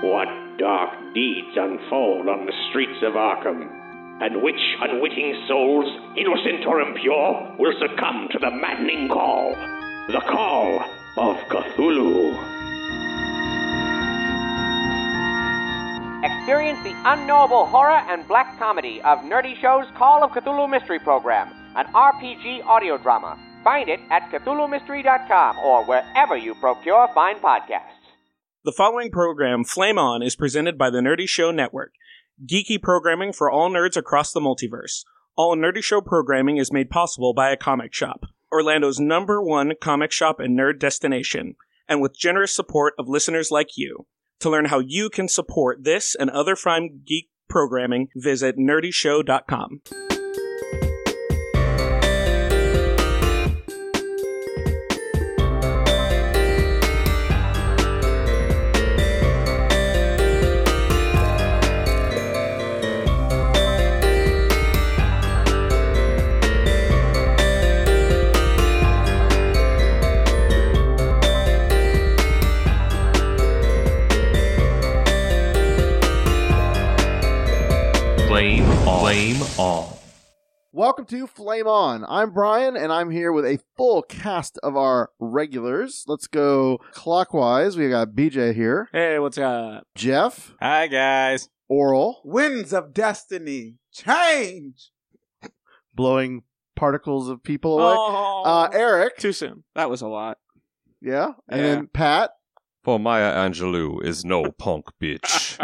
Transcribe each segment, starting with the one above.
What dark deeds unfold on the streets of Arkham? And which unwitting souls, innocent or impure, will succumb to the maddening call? The call of Cthulhu. Experience the unknowable horror and black comedy of Nerdy Show's Call of Cthulhu Mystery Program, an RPG audio drama. Find it at CthulhuMystery.com or wherever you procure fine podcasts. The following program, Flame On, is presented by the Nerdy Show Network. Geeky programming for all nerds across the multiverse. All Nerdy Show programming is made possible by a comic shop, Orlando's number one comic shop and nerd destination, and with generous support of listeners like you. To learn how you can support this and other fine geek programming, visit nerdyshow.com. Flame On. Flame On. Welcome to Flame On. I'm Brian, and I'm here with a full cast of our regulars. Let's go clockwise. We got BJ here, Hey, what's up? Jeff, Hi, guys. Oral, Winds of destiny, change. blowing particles of people away. Oh, Uh, Eric, too soon. That was a lot. yeah, and Yeah. then Pat, For Maya Angelou is no punk bitch.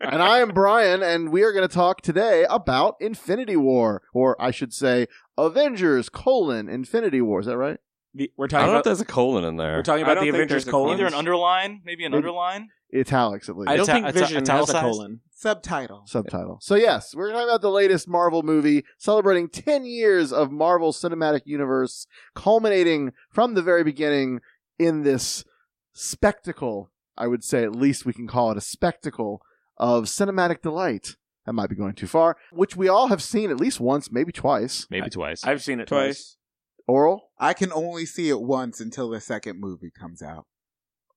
and I am Brian, and we are going to talk today about Infinity War, or I should say, Avengers colon Infinity War. Is that right? The, we're I don't talking know if about there's a colon in there. we're talking I about don't the think Avengers there's a colon. colon. either an underline, maybe an Maybe- underline. Italics, at least. I don't Ita- think ita- Vision has a italicized? colon. Subtitle. subtitle. So yes, we're talking about the latest Marvel movie celebrating 10 years of Marvel Cinematic Universe culminating from the very beginning in this spectacle. I would say at least we can call it a spectacle of cinematic delight. That might be going too far, which we all have seen at least once, maybe twice. Maybe twice. I've seen it Twice. Oral? I can only see it once until the second movie comes out.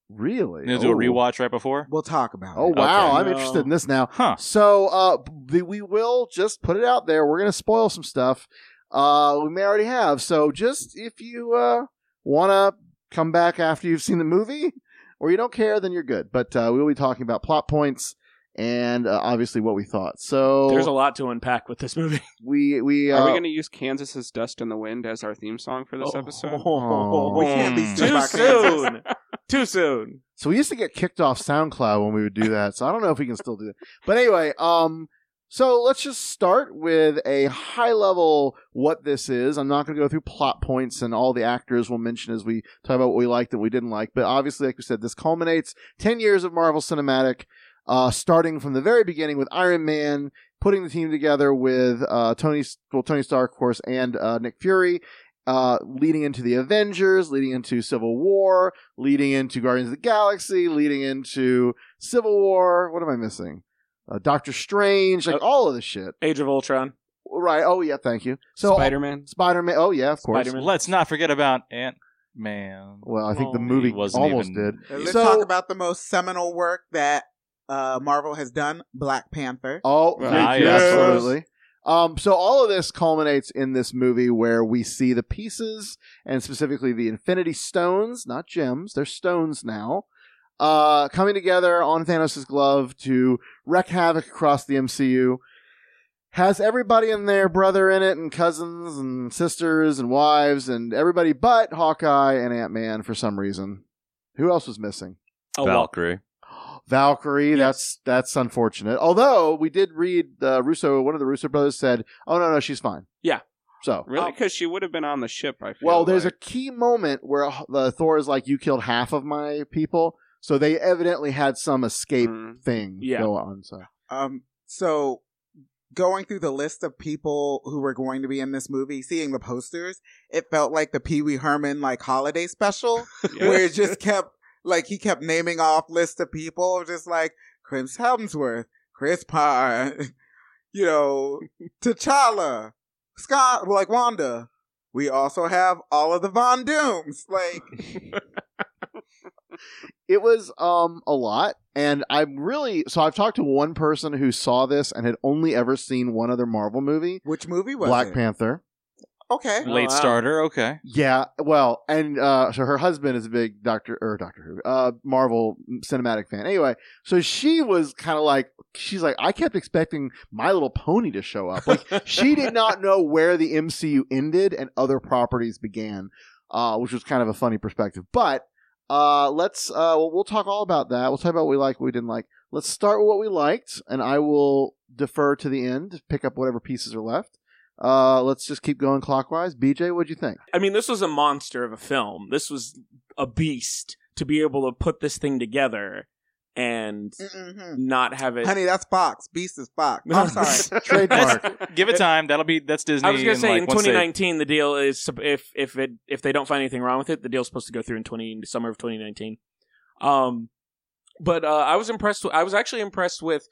Really? You gonna do a Oh. rewatch right before? We'll talk about Oh it. wow, Okay. I'm No. interested in this now. Huh. So uh, the, we will just put it out there. We're gonna spoil some stuff. Uh, we may already have. So just if you uh, wanna come back after you've seen the movie, or you don't care, then you're good. But uh, we will be talking about plot points and uh, obviously what we thought. So There's a lot to unpack with this movie. we we Are uh, we going to use Kansas's Dust in the Wind as our theme song for this episode? Oh. We can't be Too stuck on Kansas. soon. Too soon. So we used to get kicked off SoundCloud when we would do that. So I don't know if we can still do that. But anyway, um, so let's just start with a high level what this is. I'm not going to go through plot points and all the actors we'll mention as we talk about what we liked and we didn't like. But obviously, like we said, this culminates 10 years of Marvel Cinematic, uh, starting from the very beginning with Iron Man putting the team together with uh, Tony, well, Tony Stark, of course, and uh, Nick Fury. Uh, leading into the Avengers, leading into Civil War, leading into Guardians of the Galaxy, leading into Civil War. What am I missing? Uh, Doctor Strange, like Uh, all of this shit. Age of Ultron. Right. Oh yeah, thank you. uh, So Spider Man? Spider Man. Oh yeah, of course. Spider-Man. Let's not forget about Oh, Ant Man. Well, I think the Well, movie almost did. And Let's So- talk about the most seminal work that uh, Marvel has done, Black Panther. Oh, Well, thank ah, you, yes. absolutely. Um, so all of this culminates in this movie where we see the pieces and specifically the Infinity Stones, not gems, they're stones now, uh, coming together on Thanos' glove to wreak havoc across the MCU. Has everybody and their brother in it, and cousins, and sisters, and wives, and everybody but Hawkeye and Ant Man for some reason. Who else was missing? Oh, well. Valkyrie. Valkyrie. That's that's unfortunate. Although we did read uh, Russo, one of the Russo brothers said, "Oh no, no, she's fine." Yeah. So Oh. Really? Because she would have been on the ship. I feel. Oh. well, there's like. a key moment where uh, the Thor is like, "You killed half of my people," so they evidently had some escape Mm. thing Yeah. go on. So Um, so going through the list of people who were going to be in this movie, seeing the posters, it felt like the Pee Wee Herman like holiday special Yeah. where it just kept like he kept naming off lists of people, just like Chris Hemsworth, Chris Pine, you know, T'Challa, Scott, like Wanda. We also have all of the Von Dooms. Like, it was um a lot, and I'm really so I've talked to one person who saw this and had only ever seen one other Marvel movie, which movie was Black it? Panther. Okay. Oh, Late wow. starter. Okay. Yeah, well, and uh, so her husband is a big Doctor or Doctor Who, uh, Marvel cinematic fan. Anyway, so she was kind of like, she's like, I kept expecting My Little Pony to show up. Like she did not know where the MCU ended and other properties began, uh, which was kind of a funny perspective. But uh, let's uh, we'll, we'll talk all about that. We'll talk about what we like, what we didn't like. Let's start with what we liked, and I will defer to the end, pick up whatever pieces are left. Uh, let's just keep going clockwise. BJ, what'd you think? I mean, this was a monster of a film. This was a beast to be able to put this thing together and Mm. Mm-mm-hmm. not have it. Mm-hmm. Honey, that's Fox. Beast is Fox. I'm sorry. Trademark. Give it time. That'll be that's Disney. I was gonna and, say like, in once they- 2019 the deal is sup- if if it if they don't find anything wrong with it the deal's supposed to go through in 20 summer of 2019. Um, but uh, I was impressed. With, I was actually impressed with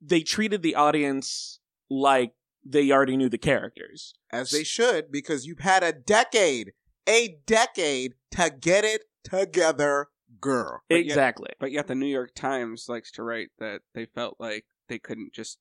they treated the audience like they already knew the characters. As they should, because you've had a decade, a decade to get it together, girl. But yet- exactly. But yet the New York Times likes to write that they felt like they couldn't just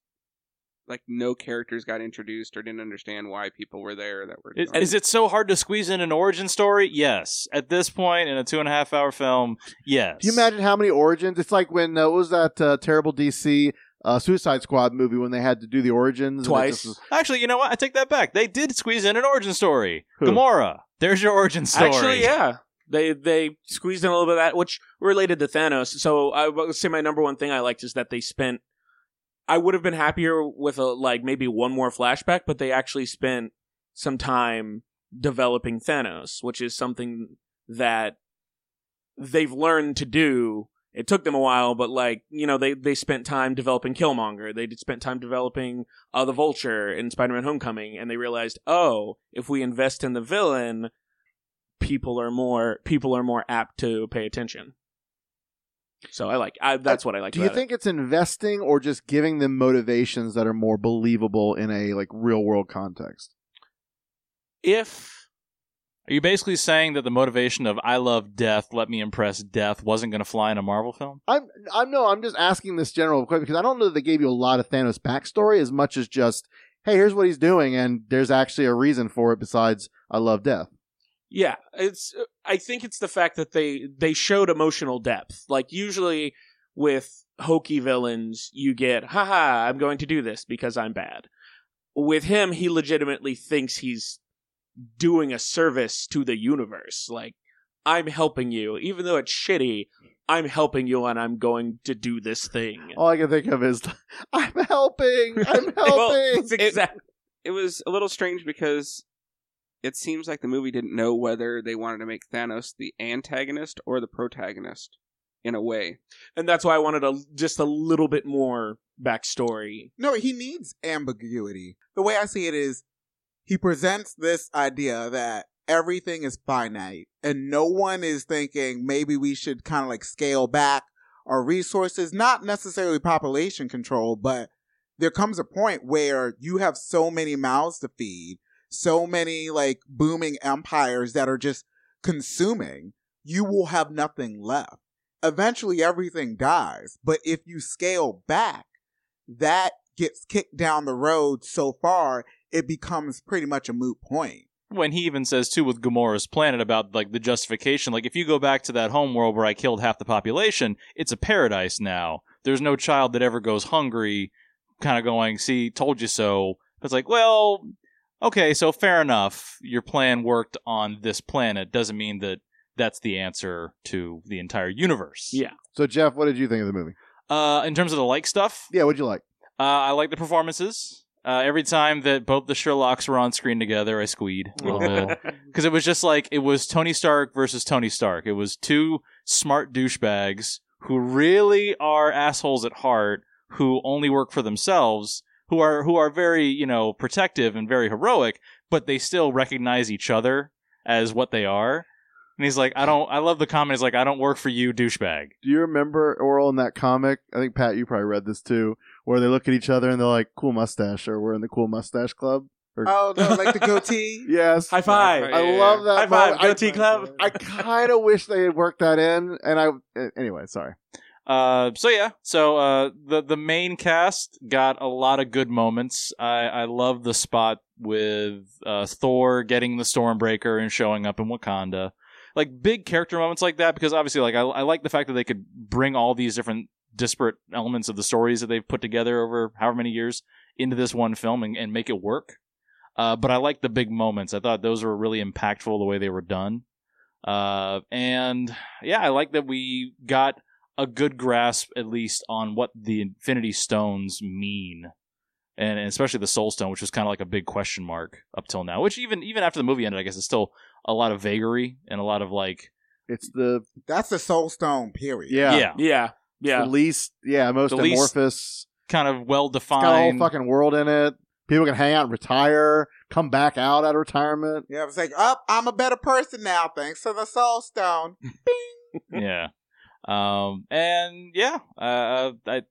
like no characters got introduced or didn't understand why people were there that were Is, going. is it so hard to squeeze in an origin story? Yes. At this point, in a two and a half hour film, yes. Do you imagine how many origins? It's like when uh, what was that uh, terrible DC uh, Suicide Squad movie when they had to do the origins and it Twice. just was- Actually, you know what? I take that back. They did squeeze in an origin story. Who? Gamora. There's your origin story. Actually, yeah. They they squeezed in a little bit of that, which related to Thanos. So I would say my number one thing I liked is that they spent. I would have been happier with a like maybe one more flashback, but they actually spent some time developing Thanos, which is something that they've learned to do. It took them a while, but like you know, they they spent time developing Killmonger. They did- spent time developing uh, the Vulture in Spider-Man: Homecoming, and they realized, oh, if we invest in the villain, people are more people are more apt to pay attention. So I like I, that's what I like. Do you about it. think it's investing or just giving them motivations that are more believable in a like real world context? if Are you basically saying that the motivation of I love death, let me impress death wasn't going to fly in a Marvel film? I'm I'm no, I'm just asking this general question because I don't know that they gave you a lot of Thanos backstory as much as just hey, here's what he's doing, and there's actually a reason for it besides I love death. yeah, it's uh, I think it's the fact that they they showed emotional depth. Like usually with hokey villains, you get haha, I'm going to do this because I'm bad. With him, he legitimately thinks he's doing a service to the universe. Like I'm helping you, even though it's shitty. I'm helping you, and I'm going to do this thing. All I can think of is I'm helping, I'm helping. It's exact- it was a little strange because it seems like the movie didn't know whether they wanted to make Thanos the antagonist or the protagonist in a way. and that's why I wanted a just a little bit more backstory. No, he needs ambiguity. The way I see it is he presents this idea that everything is finite and no one is thinking maybe we should kind of like scale back our resources, not necessarily population control, but there comes a point where you have so many mouths to feed, so many like booming empires that are just consuming, you will have nothing left. Eventually everything dies, but if you scale back, that gets kicked down the road so far, it becomes pretty much a moot point. when he even says too with Gamora's planet about like the justification, like if you go back to that home world where I killed half the population, it's a paradise now. There's no child that ever goes hungry, kind of going, see, told you so. It's like, well, okay, so fair enough. Your plan worked on this planet. Doesn't mean that that's the answer to the entire universe. Yeah. So, Jeff, what did you think of the movie? Uh, in terms of the like stuff, Yeah, what'd you like? uh, I like the performances. Uh, every time that both the Sherlocks were on screen together, I squeed a little bit. because it was just like it was Tony Stark versus Tony Stark. It was two smart douchebags who really are assholes at heart, who only work for themselves, who are who are very you know protective and very heroic, but they still recognize each other as what they are. And he's like, I don't. I love the comment. He's like, I don't work for you, douchebag. Do you remember Oral in that comic? I think Pat, you probably read this too, where they look at each other and they're like, "Cool mustache," or "We're in the cool mustache club." Oh no, like the goatee. Yes, High five. High I love that. High five. moment. I- Goatee Club. I kind of wish they had worked that in, and I uh, anyway, sorry. Uh, so yeah, so uh, the the main cast got a lot of good moments. I I love the spot with uh, Thor getting the Stormbreaker and showing up in Wakanda, like big character moments like that. Because obviously, like I, I like the fact that they could bring all these different disparate elements of the stories that they've put together over however many years into this one film and, and make it work. Uh, but I like the big moments. I thought those were really impactful the way they were done. Uh, and yeah, I like that we got a good grasp at least on what the infinity stones mean and, and especially the soul stone which was kind of like a big question mark up till now which even even after the movie ended i guess it's still a lot of vagary and a lot of like It's the That's the soul stone. Period. yeah, yeah, Yeah. the Yeah. least yeah most The least- amorphous. kind of well It's got a whole defined fucking world in it. People can hang out and retire, come back out out of retirement. Yeah, it's like, up. I'm a better person now, thanks to the soul stone. yeah um and yeah uh I,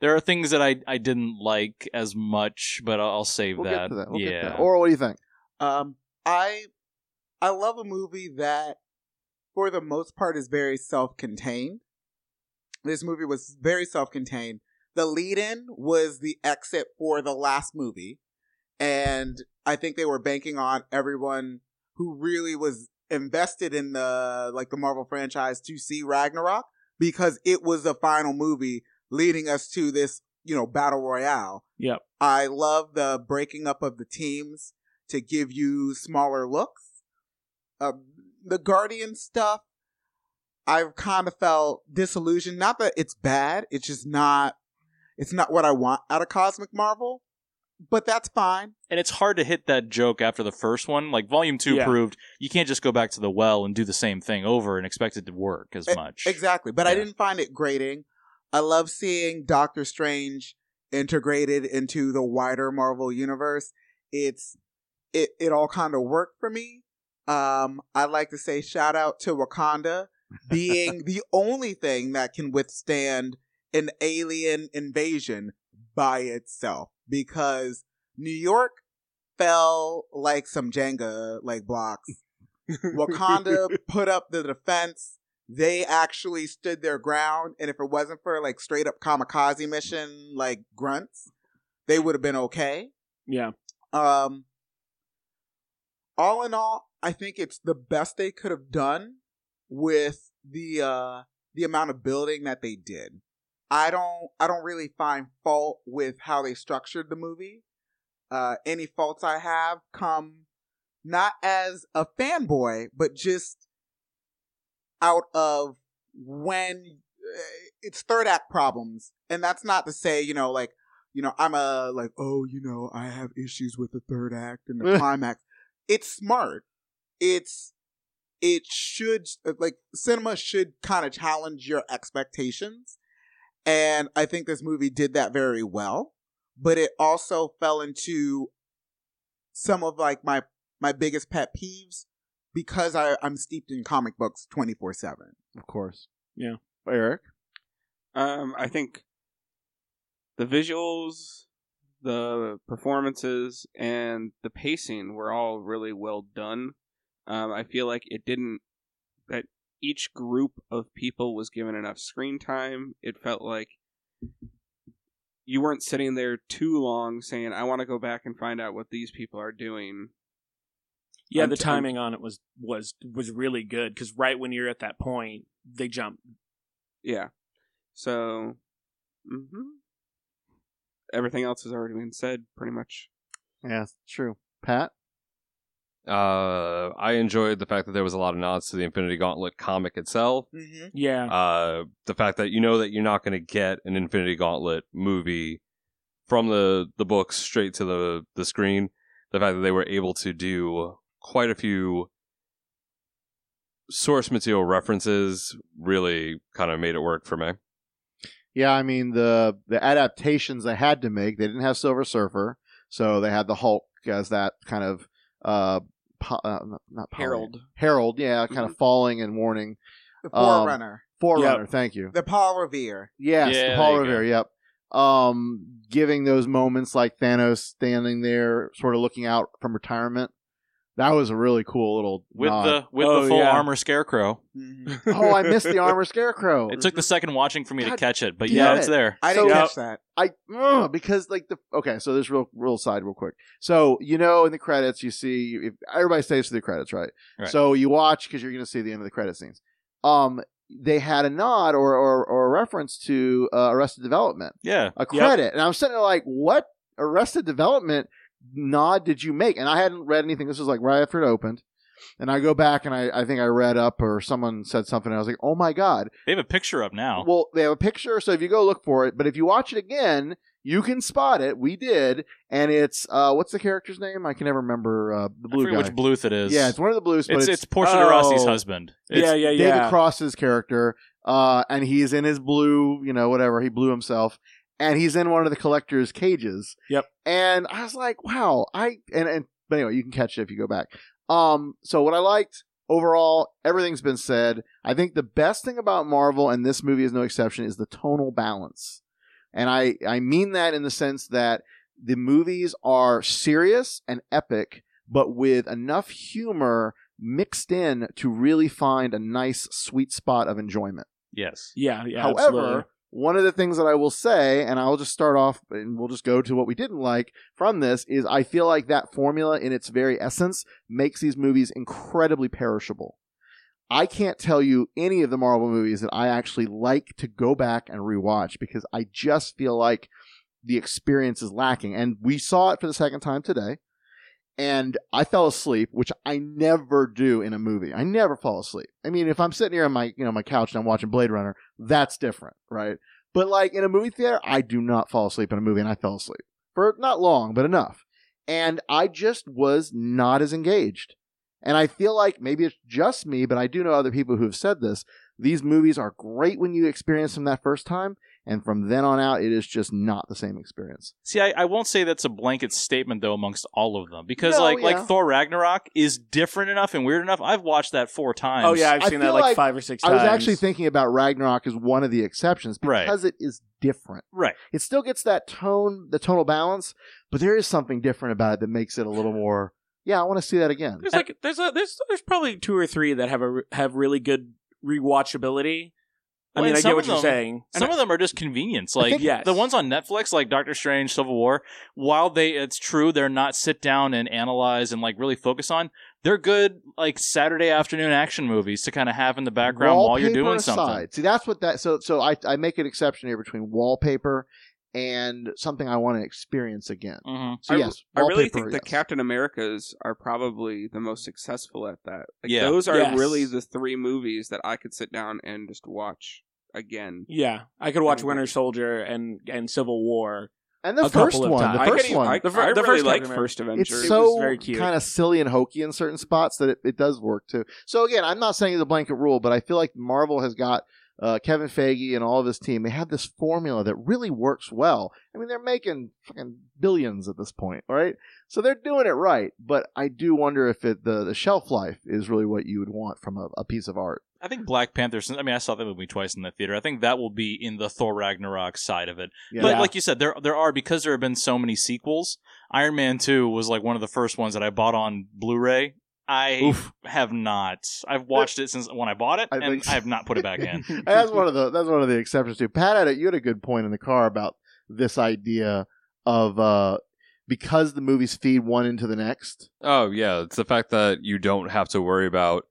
there are things that I, I didn't like as much but i'll, I'll save We'll that get to that. We'll yeah get to that. Oral, what do you think? Um, I I love a movie that, for the most part, is very self-contained. This movie was very self-contained. The lead-in was the exit for the last movie, and I think they were banking on everyone who really was invested in the like the Marvel franchise to see Ragnarok because it was the final movie leading us to this, you know, battle royale. Yep. I love the breaking up of the teams to give you smaller looks. Um, the Guardian stuff, I've kind of felt disillusioned. Not that it's bad; it's just not. It's not what I want out of Cosmic Marvel, but that's fine. and it's hard to hit that joke after the first one. Like volume two Yeah. proved, you can't just go back to the well and do the same thing over and expect it to work as E- much. Exactly, but I Yeah. didn't find it grating. I love seeing Doctor Strange integrated into the wider Marvel universe. It's it it all kind of worked for me. Um, I'd like to say shout out to Wakanda being the only thing that can withstand an alien invasion by itself because New York fell like some Jenga like blocks. Wakanda put up the defense. They actually stood their ground, and if it wasn't for like straight up kamikaze mission like grunts, they would have been okay. Yeah. Um, all in all, I think it's the best they could have done with the uh, the amount of building that they did. I don't I don't really find fault with how they structured the movie. Uh, any faults I have come not as a fanboy, but just out of when uh, it's third act problems, and that's not to say you know like you know, I'm a like, oh, you know, I have issues with the third act and the climax. It's smart. It's it should uh, like cinema should kind of challenge your expectations, and I think this movie did that very well. But it also fell into some of like my my biggest pet peeves because I I'm steeped in comic books twenty four seven. Of course. Yeah. Eric. Um, I think the visuals, the performances, and the pacing were all really well done. Um, I feel like it didn't that each group of people was given enough screen time. It felt like you weren't sitting there too long saying, "I want to go back and find out what these people are doing." Yeah, I'm the t- I'm- timing on it was was was really good because right when you're at that point, they jump. Yeah. So, hmm everything else has already been said, pretty much. Yeah, it's true. Pat, Uh, I enjoyed the fact that there was a lot of nods to the Infinity Gauntlet comic itself. Mm-hmm. Yeah, Uh, the fact that you know that you're not going to get an Infinity Gauntlet movie from the the books straight to the the screen. The fact that they were able to do quite a few source material references really kind of made it work for me. yeah, I mean the the adaptations they had to make. They didn't have Silver Surfer, so they had the Hulk as that kind of uh, po- uh not poly- Harold. Herald, yeah, Mm-hmm. kind of falling and warning. The Um, forerunner, Forerunner, thank you. the Paul Revere. Yes, Yeah, the Paul there you go. Revere. Yep. Um, giving those moments like Thanos standing there, sort of looking out from retirement. That was a really cool little with nod. the with Oh, the full yeah. armor scarecrow. Mhm. oh, I missed the armor scarecrow. It took the second watching for me to God catch it, but damn yeah, it. it's there. I didn't So- catch that. I ugh, because like the okay, so this real real side real quick. So you know in the credits you see if, everybody stays for the credits, right? Right. So you watch because you're going to see the end of the credit scenes. Um, they had a nod or or, or a reference to uh, Arrested Development, Yeah, a credit, and I'm sitting there like, what Arrested Development nod did you make? And I hadn't read anything. This was like right after it opened. And I go back and I, I think I read up or someone said something and I was like, oh my God, they have a picture up now. well, they have a picture, so if you go look for it, but if you watch it again, you can spot it. We did, and it's uh, what's the character's name? I can never remember uh, the I blue forget guy. which Bluth it is. yeah, it's one of the blues, but it's, it's, it's Portia de Oh. Rossi's husband. It's- yeah, yeah, David yeah. Cross's character, uh, and he's in his blue, you know, whatever he blew himself, and he's in one of the collector's cages. Yep. And I was like, wow, I and and but anyway, you can catch it if you go back. Um, so what I liked overall, everything's been said. I think the best thing about Marvel, and this movie is no exception, is the tonal balance, and I I mean that in the sense that the movies are serious and epic, but with enough humor mixed in to really find a nice sweet spot of enjoyment. Yes. Yeah, yeah. However, absolutely. one of the things that I will say, and I'll just start off and we'll just go to what we didn't like from this, is I feel like that formula in its very essence makes these movies incredibly perishable. I can't tell you any of the Marvel movies that I actually like to go back and rewatch because I just feel like the experience is lacking. And we saw it for the second time today. And I fell asleep, which I never do in a movie. I never fall asleep. I mean, if I'm sitting here on my, you know, my couch and I'm watching Blade Runner, that's different, right? But like in a movie theater, I do not fall asleep in a movie, and I fell asleep for not long, but enough. And I just was not as engaged. And I feel like maybe it's just me, but I do know other people who have said this. These movies are great when you experience them that first time, and from then on out, it is just not the same experience. See, I, I won't say that's a blanket statement though amongst all of them because No, like yeah. like Thor Ragnarok is different enough and weird enough. I've watched that four times. oh yeah, I've I seen that feel like, like five or six. I times. was actually thinking about Ragnarok as one of the exceptions Right. because it is different. right. It still gets that tone, the tonal balance, but there is something different about it that makes it a little more. Yeah, I want to see that again. There's like there's a there's there's probably two or three that have a have really good rewatchability. I Well, mean, and I some get what of you're them- saying. And Some of them are just convenience. Like think- Yes. the ones on Netflix, like Doctor Strange, Civil War. While they, it's true, they're not sit down and analyze and like really focus on. They're good like Saturday afternoon action movies to kind of have in the background while you're Wallpaper doing aside. something. See, that's what that. So, so I, I make an exception here between wallpaper and something I want to experience again. Mhm. So I- yes, I really wallpaper, think the yes. Captain Americas are probably the most successful at that. Like, Yeah. Those are Yes. really the three movies that I could sit down and just watch again. yeah, I could watch Mhm. Winter Soldier and and Civil War. and a Oh, the couple first of one, the times. I first couldn't- one, I, The fir- I the really first liked Captain First Avenger. it's was so very cute. kind of silly and hokey in certain spots that it, it does work too. So again, I'm not saying it's a blanket rule, but I feel like Marvel has got uh, Kevin Feige and all of his team. They have this formula that really works well. I mean, they're making fucking billions at this point, right? So they're doing it right. But I do wonder if it, the the shelf life is really what you would want from a, a piece of art. I think Black Panther. since- I mean, I saw that movie twice in the theater. I think that will be in the Thor Ragnarok side of it. Yeah. But like you said, there there are because there have been so many sequels. Iron Man Two was like one of the first ones that I bought on Blu-ray. I have not. I've watched it since when I bought it, I and think- I have not put it back in. And that's one of the that's one of the exceptions too. Pat had a, you had a good point in the car about this idea of uh, because the movies feed one into the next. Oh yeah, it's the fact that you don't have to worry about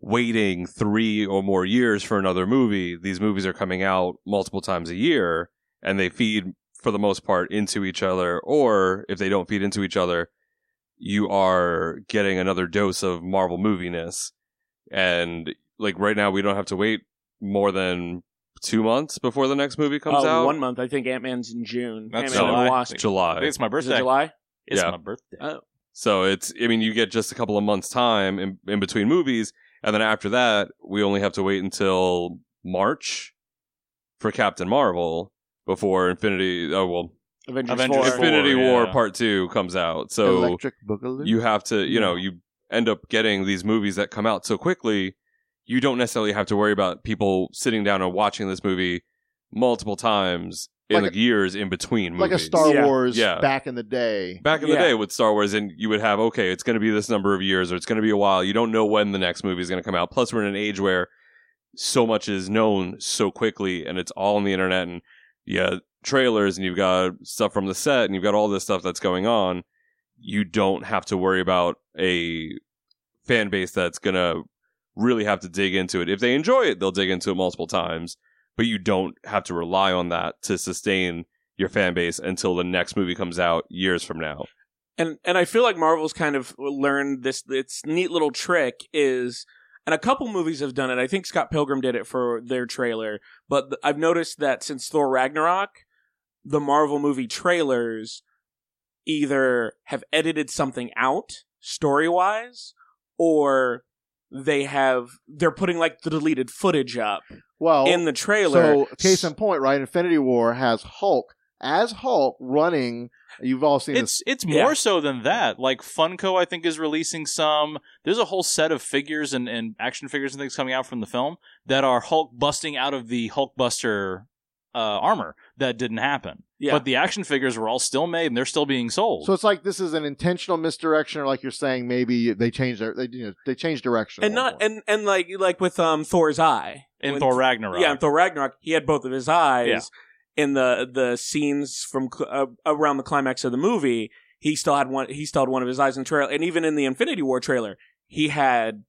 waiting three or more years for another movie. These movies are coming out multiple times a year, and they feed for the most part into each other. Or if they don't feed into each other, you are getting another dose of Marvel moviness. And like right now, we don't have to wait more than two months before the next movie comes Oh, out. one month. I think Ant Man's in June. That's Ant-Man and July. the Wasp. I July. think it's my Is it birthday. July? It's Yeah. my birthday. Uh, So it's, I mean, you get just a couple of months' time in, in between movies. And then after that, we only have to wait until March for Captain Marvel before Infinity, oh, well, Avengers, Avengers four. Four. Infinity War yeah. Part 2 comes out. So Electric Boogaloo. you have to, you know, you end up getting these movies that come out so quickly. You don't necessarily have to worry about people sitting down and watching this movie multiple times in Like like years in between like movies. a Star Yeah. Wars Yeah. back in the day. back in the Yeah. day with Star Wars, and you would have okay, it's going to be this number of years, or it's going to be a while. You don't know when the next movie is going to come out. Plus, we're in an age where so much is known so quickly, and it's all on the internet, and yeah, trailers, and you've got stuff from the set, and you've got all this stuff that's going on. You don't have to worry about a fan base that's going to really have to dig into it. If they enjoy it, they'll dig into it multiple times, but you don't have to rely on that to sustain your fan base until the next movie comes out years from now. and and I feel like Marvel's kind of learned this its neat little trick is and a couple movies have done it. I think Scott Pilgrim did it for their trailer, but th- I've noticed that since Thor Ragnarok, the Marvel movie trailers either have edited something out story-wise or they have they're putting like the deleted footage up Well, in the trailer. So, case in point, right? Infinity War has Hulk as Hulk running. You've all seen this. It's it's more so than that. Like Funko, I think is releasing some. There's a whole set of figures and, and action figures and things coming out from the film that are Hulk busting out of the Hulkbuster uh, armor that didn't happen. Yeah. But the action figures were all still made and they're still being sold. So it's like this is an intentional misdirection, or like you're saying, maybe they changed their they you know, they changed direction. a and little not more. and and like like with um Thor's eye in When Thor Ragnarok, Yeah, in Thor Ragnarok, he had both of his eyes. Yeah. In the the scenes from cl- uh, around the climax of the movie, he still had one. He still had one of his eyes in the trailer, and even in the Infinity War trailer, he had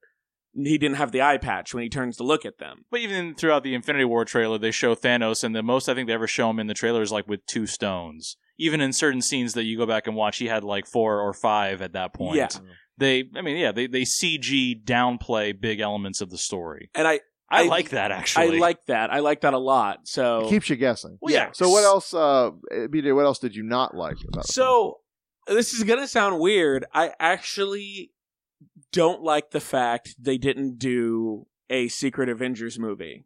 he didn't have the eye patch when he turns to look at them. But even throughout the Infinity War trailer, they show Thanos, and the most I think they ever show him in the trailer is like with two stones. Even in certain scenes that you go back and watch, he had like four or five at that point. Yeah. They, I mean, yeah, they, they CG downplay big elements of the story. And I I, I- like that actually. I like that. I like that a lot. So it keeps you guessing. Well, yeah. So what else, uh, BJ? What else did you not like about? the film? So this is gonna sound weird. I actually don't like the fact they didn't do a Secret Avengers movie.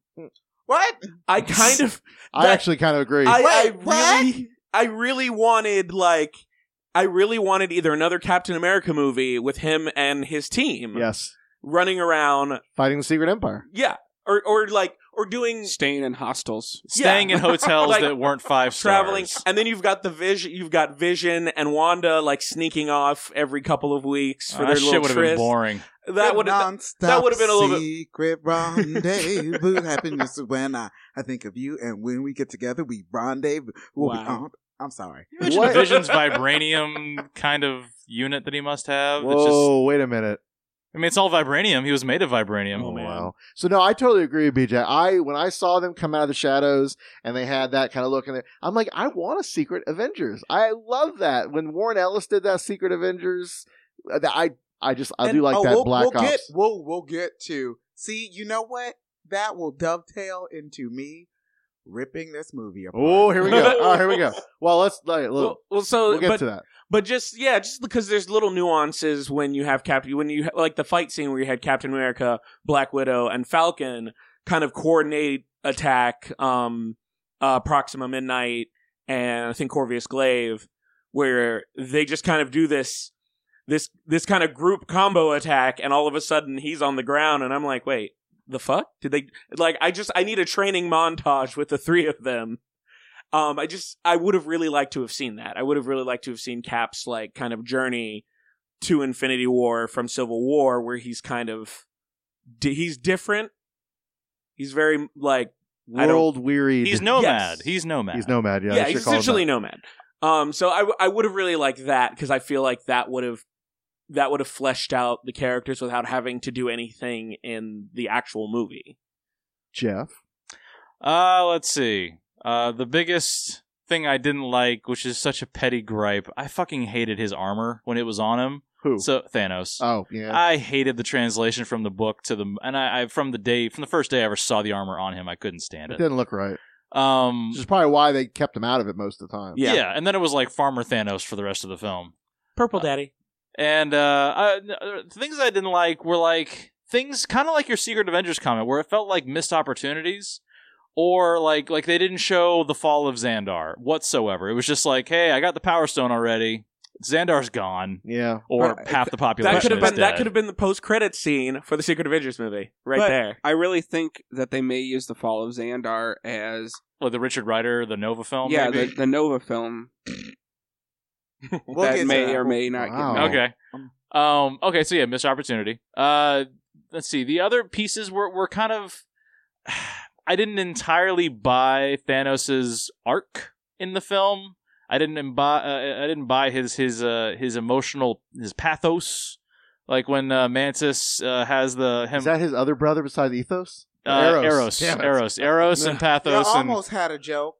What? I kind of I that- actually kind of agree. I, I Wait, what? really, I really wanted like, I really wanted either another Captain America movie with him and his team yes, running around, fighting the Secret Empire. yeah, or or like or doing Staying in hostels. staying yeah. in hotels Like, that weren't five traveling, stars. Ah, and then you've got the vision, you've got Vision and Wanda like sneaking off every couple of weeks for Uh, their that shit little would have been tryst. boring. That would have that would've been a little bit- secret rendezvous. Happiness is when I, I think of you, and when we get together, we rendezvous. We'll be Wow. on- I'm sorry. Imagine What? Vision's vibranium kind of unit that he must have. Um, It's just, Whoa, wait a minute. I mean, it's all vibranium. He was made of vibranium. Oh, wow. So no, I totally agree with BJ. I when I saw them come out of the shadows and they had that kind of look in there, I'm like, I want a Secret Avengers. I love that. When Warren Ellis did that Secret Avengers, uh, that I I just I And- do like oh, that we'll, Black we'll Ops. Get, we'll, we'll get to. See, you know what? That will dovetail into me ripping this movie apart. oh, here we go. Oh, here we go. Well, let's like Well, look. well, so We'll get but to that. But just yeah, just because there's little nuances when you have Captain when you like the fight scene where you had Captain America, Black Widow, and Falcon kind of coordinate attack um uh Proxima Midnight and I think Corvus Glaive where they just kind of do this this this kind of group combo attack and all of a sudden he's on the ground and I'm like, "Wait, the fuck? Did they like I just I need a training montage with the three of them." Um, I just I would have really liked to have seen that. I would have really liked to have seen Cap's like kind of journey to Infinity War from Civil War, where he's kind of di- he's different. He's very like I don't- World weary. He's nomad. Yes. He's nomad. He's nomad. Yeah, yeah, they he's should call him essentially that. nomad. Um, so I, w- I would have really liked that because I feel like that would have that would have fleshed out the characters without having to do anything in the actual movie. Jeff. Uh, let's see. Uh, the biggest thing I didn't like, which is such a petty gripe, I fucking hated his armor when it was on him. Who? So Thanos. oh, yeah. I hated the translation from the book to the and I, I from the day from the first day I ever saw the armor on him, I couldn't stand it it. didn't look right. Um, Which is probably why they kept him out of it most of the time. yeah. Yeah. and then it was like Farmer Thanos for the rest of the film. Purple Uh, Daddy. And uh, I, the things I didn't like were like things kind of like your Secret Avengers comment, where it felt like missed opportunities, or like like they didn't show the fall of Xandar whatsoever. It was just like, hey, I got the Power Stone already. Xandar's gone, Yeah. or But- half the population That could have is been that dead. could have been the post credit scene for the Secret Avengers movie right But- there. I really think that they may use the fall of Xandar as Like the Richard Rider, the Nova film. yeah Oh, maybe? the, the Nova film We'll get that to may that. or may not Wow. get made. Okay. Um. Okay. So yeah, missed opportunity. Uh. Let's see. The other pieces were were kind of. I didn't entirely buy Thanos's arc in the film. I didn't buy. Uh, I didn't buy his his uh his emotional his pathos. Like when uh, Mantis uh, has the him Is that his other brother besides Ethos? uh, Eros. Eros Damn it. Eros Eros and You pathos and almost had a joke,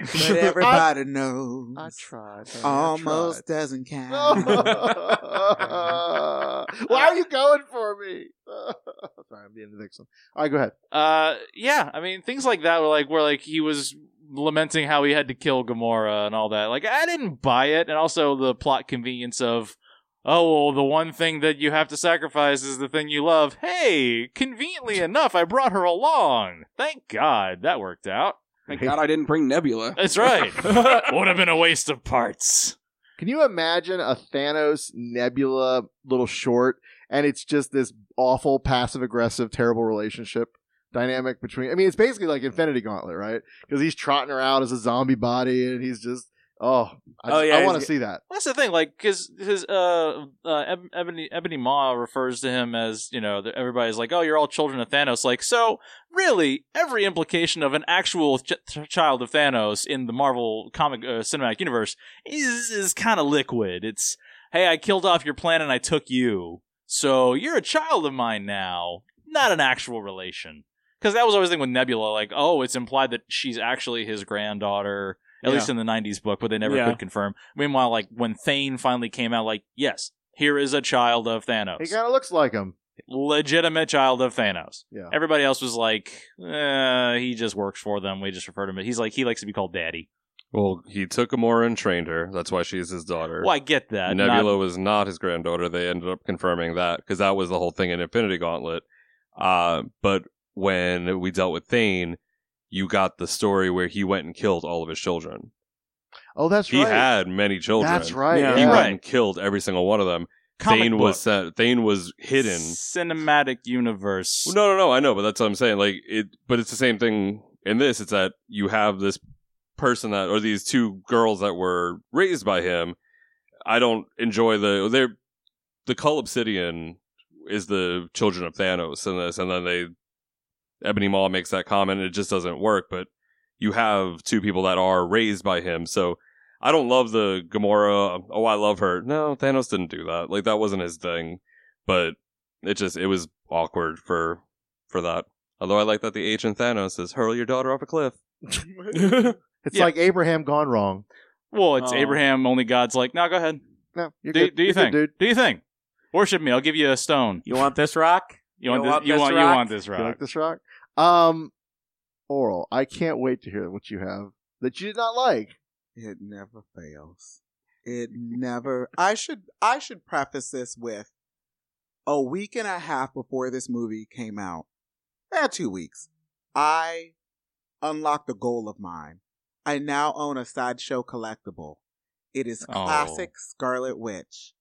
but everybody knows. tried. Almost doesn't count. Why are you going for me? Sorry, I'm being the next one. All right, go ahead. uh yeah i mean things like that were like where like he was lamenting how he had to kill gamora and all that like i didn't buy it and also the plot convenience of oh well the one thing that you have to sacrifice is the thing you love hey conveniently enough i brought her along thank god that worked out Thank God I didn't bring Nebula. that's right would have been a waste of parts Can you imagine a Thanos Nebula little short, and it's just this awful, passive aggressive, terrible relationship dynamic between? I mean, it's basically like Infinity Gauntlet, right? Because he's trotting her out as a zombie body, and he's just oh, I, Oh, yeah, I want to he's- see that. Well, that's the thing, like, because his uh, uh, Eb- Ebony Ebony Ma refers to him as you know the- everybody's like, oh, you're all children of Thanos. Like, so really, every implication of an actual ch- ch- child of Thanos in the Marvel comic uh, cinematic universe is is kind of liquid. It's hey, I killed off your planet, and I took you, so you're a child of mine now, not an actual relation. Because that was always the thing with Nebula, like, oh, it's implied that she's actually his granddaughter. At Yeah. least in the 90s book, but they never Yeah. could confirm. Meanwhile, like when Thane finally came out, like, yes, here is a child of Thanos. He kind of looks like him. Legitimate child of Thanos. Yeah. Everybody else was like, eh, he just works for them. We just refer to him. He's like, he likes to be called daddy. Well, he took Gamora and trained her. That's why she's his daughter. Well, I get that. Nebula Not- was not his granddaughter. They ended up confirming that because that was the whole thing in Infinity Gauntlet. Uh, but when we dealt with Thane, you got the story where he went and killed all of his children. Oh, that's He right. had many children. That's right. Yeah. Yeah. He Right. went and killed every single one of them. comic Thane book. was sent, Thane was hidden. Cinematic universe. Well, No, no, no. I know, but that's what I'm saying. Like it, but it's the same thing in this. It's that you have this person that, or these two girls that were raised by him. I don't enjoy the they're the Cull Obsidian is the children of Thanos in this, and then they Ebony Maw makes that comment. And it just doesn't work. But you have two people that are raised by him, so. I don't love the Gamora. Oh, I love her. No, Thanos didn't do that. Like that wasn't his thing. But it just it was awkward for for that. Although I like that the agent Thanos says hurl your daughter off a cliff. It's Yeah. like Abraham gone wrong. Well, it's Oh. Abraham. Only God's like, no, go ahead. No, you're Do, good. do you You're good, think? dude? Do you think? Worship me. I'll give you a stone. You want this rock? You want this? you want? You rock? want this rock? You like this rock? Um, Oral, I can't wait to hear what you have that you did not like. It never fails. It never. I should. I should preface this with a week and a half before this movie came out. Eh, two weeks. I unlocked a goal of mine. I now own a sideshow collectible. It is Oh. classic Scarlet Witch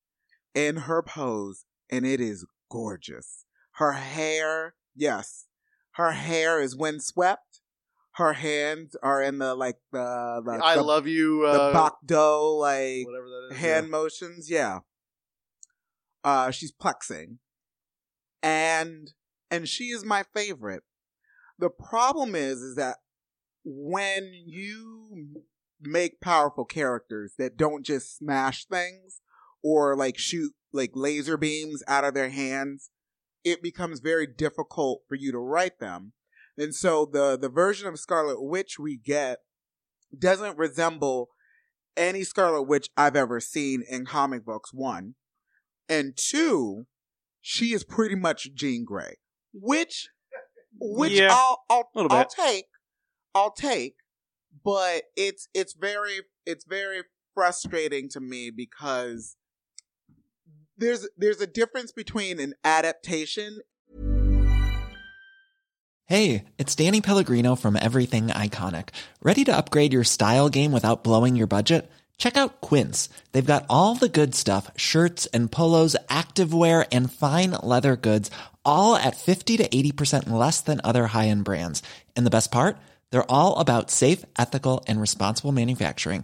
in her pose, and it is gorgeous. Her hair, yes, her hair is windswept. Her hands are in the like the, the I the love you. Uh, the Bakdo like whatever that is. hand motions. Yeah. Uh, she's plexing, and and she is my favorite. The problem is, is that when you make powerful characters that don't just smash things or like shoot like laser beams out of their hands, it becomes very difficult for you to write them. And so the the version of Scarlet Witch we get doesn't resemble any Scarlet Witch I've ever seen in comic books. One and two, she is pretty much Jean Grey, which which Yeah. I'll I'll, Little I'll bit. take, I'll take, but it's it's very it's very frustrating to me because there's there's a difference between an adaptation Hey, it's Danny Pellegrino from Everything Iconic. Ready to upgrade your style game without blowing your budget? Check out Quince. They've got all the good stuff shirts and polos, activewear, and fine leather goods, all at 50 to 80% less than other high end brands. And the best part? They're all about safe, ethical, and responsible manufacturing.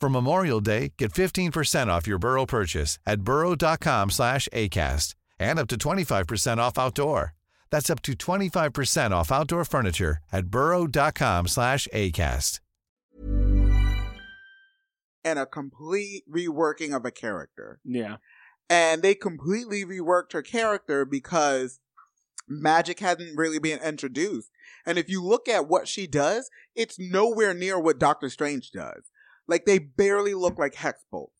For Memorial Day, get 15% off your Burrow purchase at burrow.com/acast and up to 25% off outdoor. That's up to 25% off outdoor furniture at burrow.com/acast. and a complete reworking of a character. Yeah. and they completely reworked her character because magic hadn't really been introduced. And if you look at what she does, it's nowhere near what Doctor Strange does. Like they barely look like Hexbolt.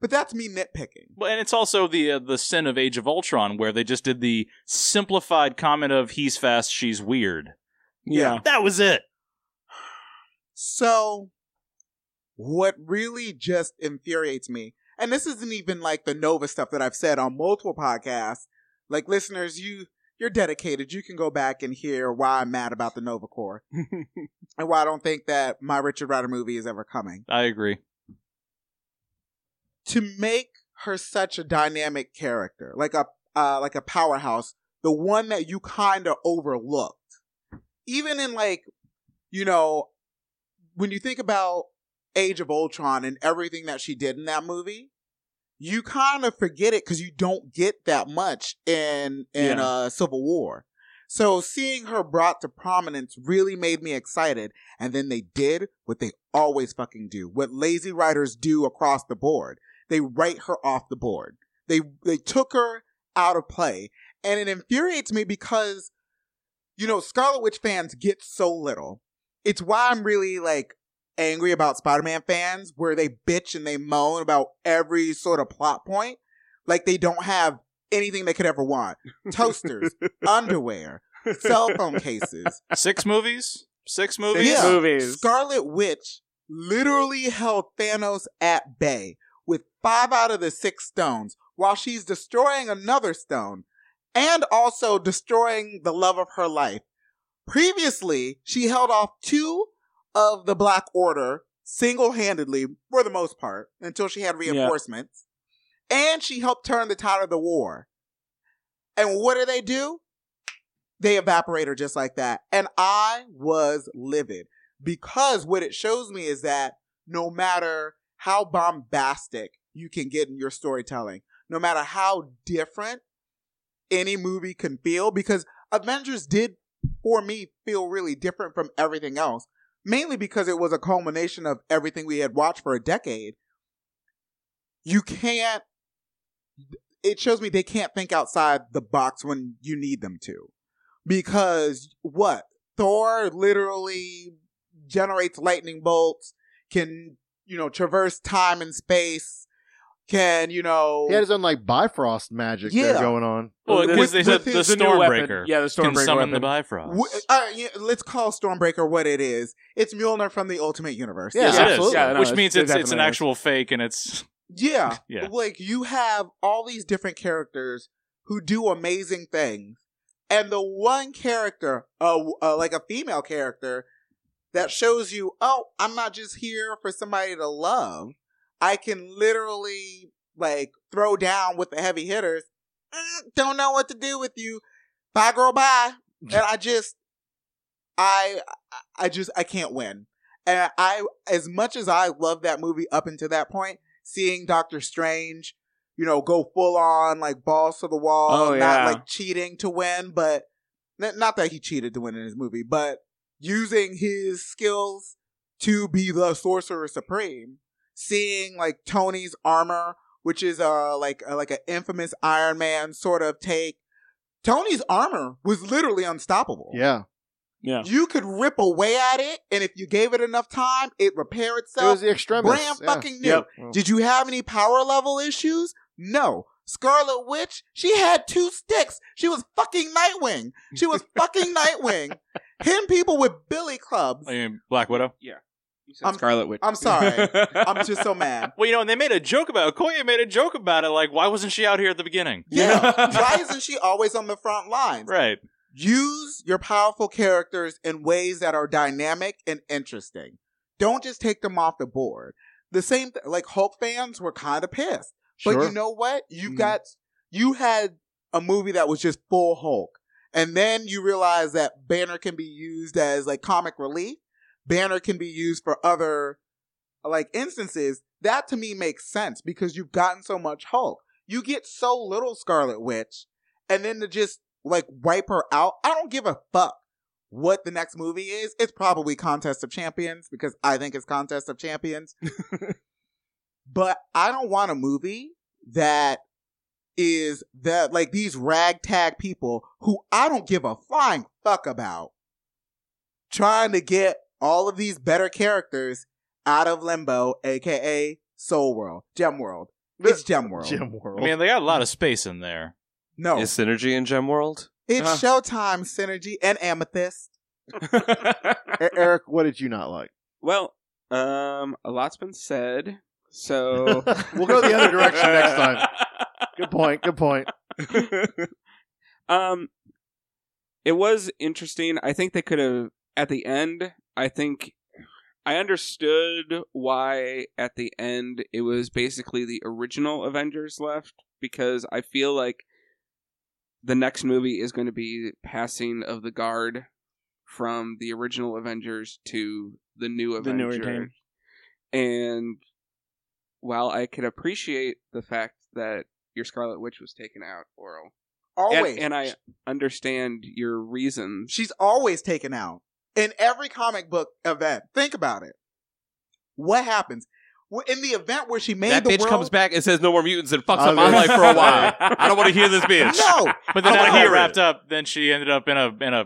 But that's me nitpicking. Well, and it's also the uh, the sin of Age of Ultron, where they just did the simplified comment of "He's fast, she's weird." Yeah. That was it. So what really just infuriates me, and this isn't even like the Nova stuff that I've said on multiple podcasts. Like listeners, you you're dedicated. You can go back and hear why I'm mad about the Nova Corps. and why I don't think that my Richard Rider movie is ever coming. I agree. To make her such a dynamic character, like a uh, like a powerhouse, the one that you kind of overlooked, even in like, you know, when you think about Age of Ultron and everything that she did in that movie, you kind of forget it because you don't get that much in in Yeah. uh, Civil War. So seeing her brought to prominence really made me excited. And then they did what they always fucking do, what lazy writers do across the board. They write her off the board. They they took her out of play, and it infuriates me because you know Scarlet Witch fans get so little. It's why I'm really like angry about Spider-Man fans, where they bitch and they moan about every sort of plot point, like they don't have anything they could ever want: toasters, underwear, cell phone cases. Six movies. Six movies. Yeah. movies. Scarlet Witch literally held Thanos at bay with five out of the six stones while she's destroying another stone and also destroying the love of her life. Previously, she held off two of the Black Order single handedly for the most part until she had reinforcements. And she helped turn the tide of the war. And what do they do? They evaporate her just like that. And I was livid because what it shows me is that no matter how bombastic you can get in your storytelling, no matter how different any movie can feel, because Avengers did, for me, feel really different from everything else, mainly because it was a culmination of everything we had watched for a decade. You can't, it shows me they can't think outside the box when you need them to. Because what? Thor literally generates lightning bolts, can, you know, traverse time and space, can, you know, He had his own like Bifrost magic there Yeah. going on. Well, With- because they said with the his- new weapon. Stormbreaker. Yeah, the Can Stormbreaker summon weapon. the Bifrost. w- uh, yeah, let's call Stormbreaker what it is. It's Mjolnir from the Ultimate Universe. Yeah, yes, it is. absolutely. Yeah, no, Which it's- means it it's it's an definitely is. actual fake, and it's Yeah. Yeah. Like you have all these different characters who do amazing things. And the one character, uh, uh, like a female character, that shows you, oh, I'm not just here for somebody to love. I can literally like throw down with the heavy hitters. Mm, Don't know what to do with you. Bye, girl. Bye. And I just, I, I just, I can't win. And I, as much as I love that movie up until that point, seeing Doctor Strange, you know, go full on like balls to the wall, Oh, yeah. not like cheating to win, but n- not that he cheated to win in his movie, but using his skills to be the sorcerer supreme seeing like tony's armor which is uh like uh, like an infamous iron man sort of take tony's armor was literally unstoppable Yeah. Yeah. you could rip away at it and if you gave it enough time it repair it itself was the extremis. brand yeah. fucking new did you have any power level issues no scarlet witch she had two sticks she was fucking nightwing she was fucking nightwing hitting people with billy clubs I mean, Black Widow. You said I'm- Scarlet Witch. I'm sorry. I'm just so mad. Well, you know, and they made a joke about it. Koya made a joke about it. Like, why wasn't she out here at the beginning? Yeah. Why isn't she always on the front lines? Right. Use your powerful characters in ways that are dynamic and interesting. Don't just take them off the board. The same, th- like Hulk fans were kind of pissed. Sure. But you know what? You've Mhm. got, you had a movie that was just full Hulk. And then you realize that Banner can be used as like comic relief. Banner can be used for other like instances. That to me makes sense because you've gotten so much Hulk. You get so little Scarlet Witch and then to just like wipe her out. I don't give a fuck what the next movie is. It's probably Contest of Champions because I think it's Contest of Champions. but I don't want a movie that is that like these ragtag people who I don't give a flying fuck about trying to get all of these better characters out of limbo, aka Soul World, Gem World. It's Gem World. Gym world. I mean, they got a lot of space in there. No, Is synergy in Gem World? it's Uh. Showtime, Synergy, and Amethyst. E- Eric, what did you not like? well, um, a lot's been said. Oh. So We'll go the other direction next time. Good point. Good point. um, it was interesting. I think they could have at the end. I think I understood why at the end it was basically the original Avengers left because I feel like the next movie is going to be passing of the guard from the original Avengers to the new The newer Avengers. team. And while I can appreciate the fact that your Scarlet Witch was taken out, Oral, Always. and, and I understand your reasons. She's always taken out in every comic book event. Think about it. What happens Well, in the event where she made that the bitch world? comes back and says no more mutants and fucks I up my was- life for a while. I don't want to hear this bitch. No, But then I wanna after hear it it. wrapped up, then she ended up in a in a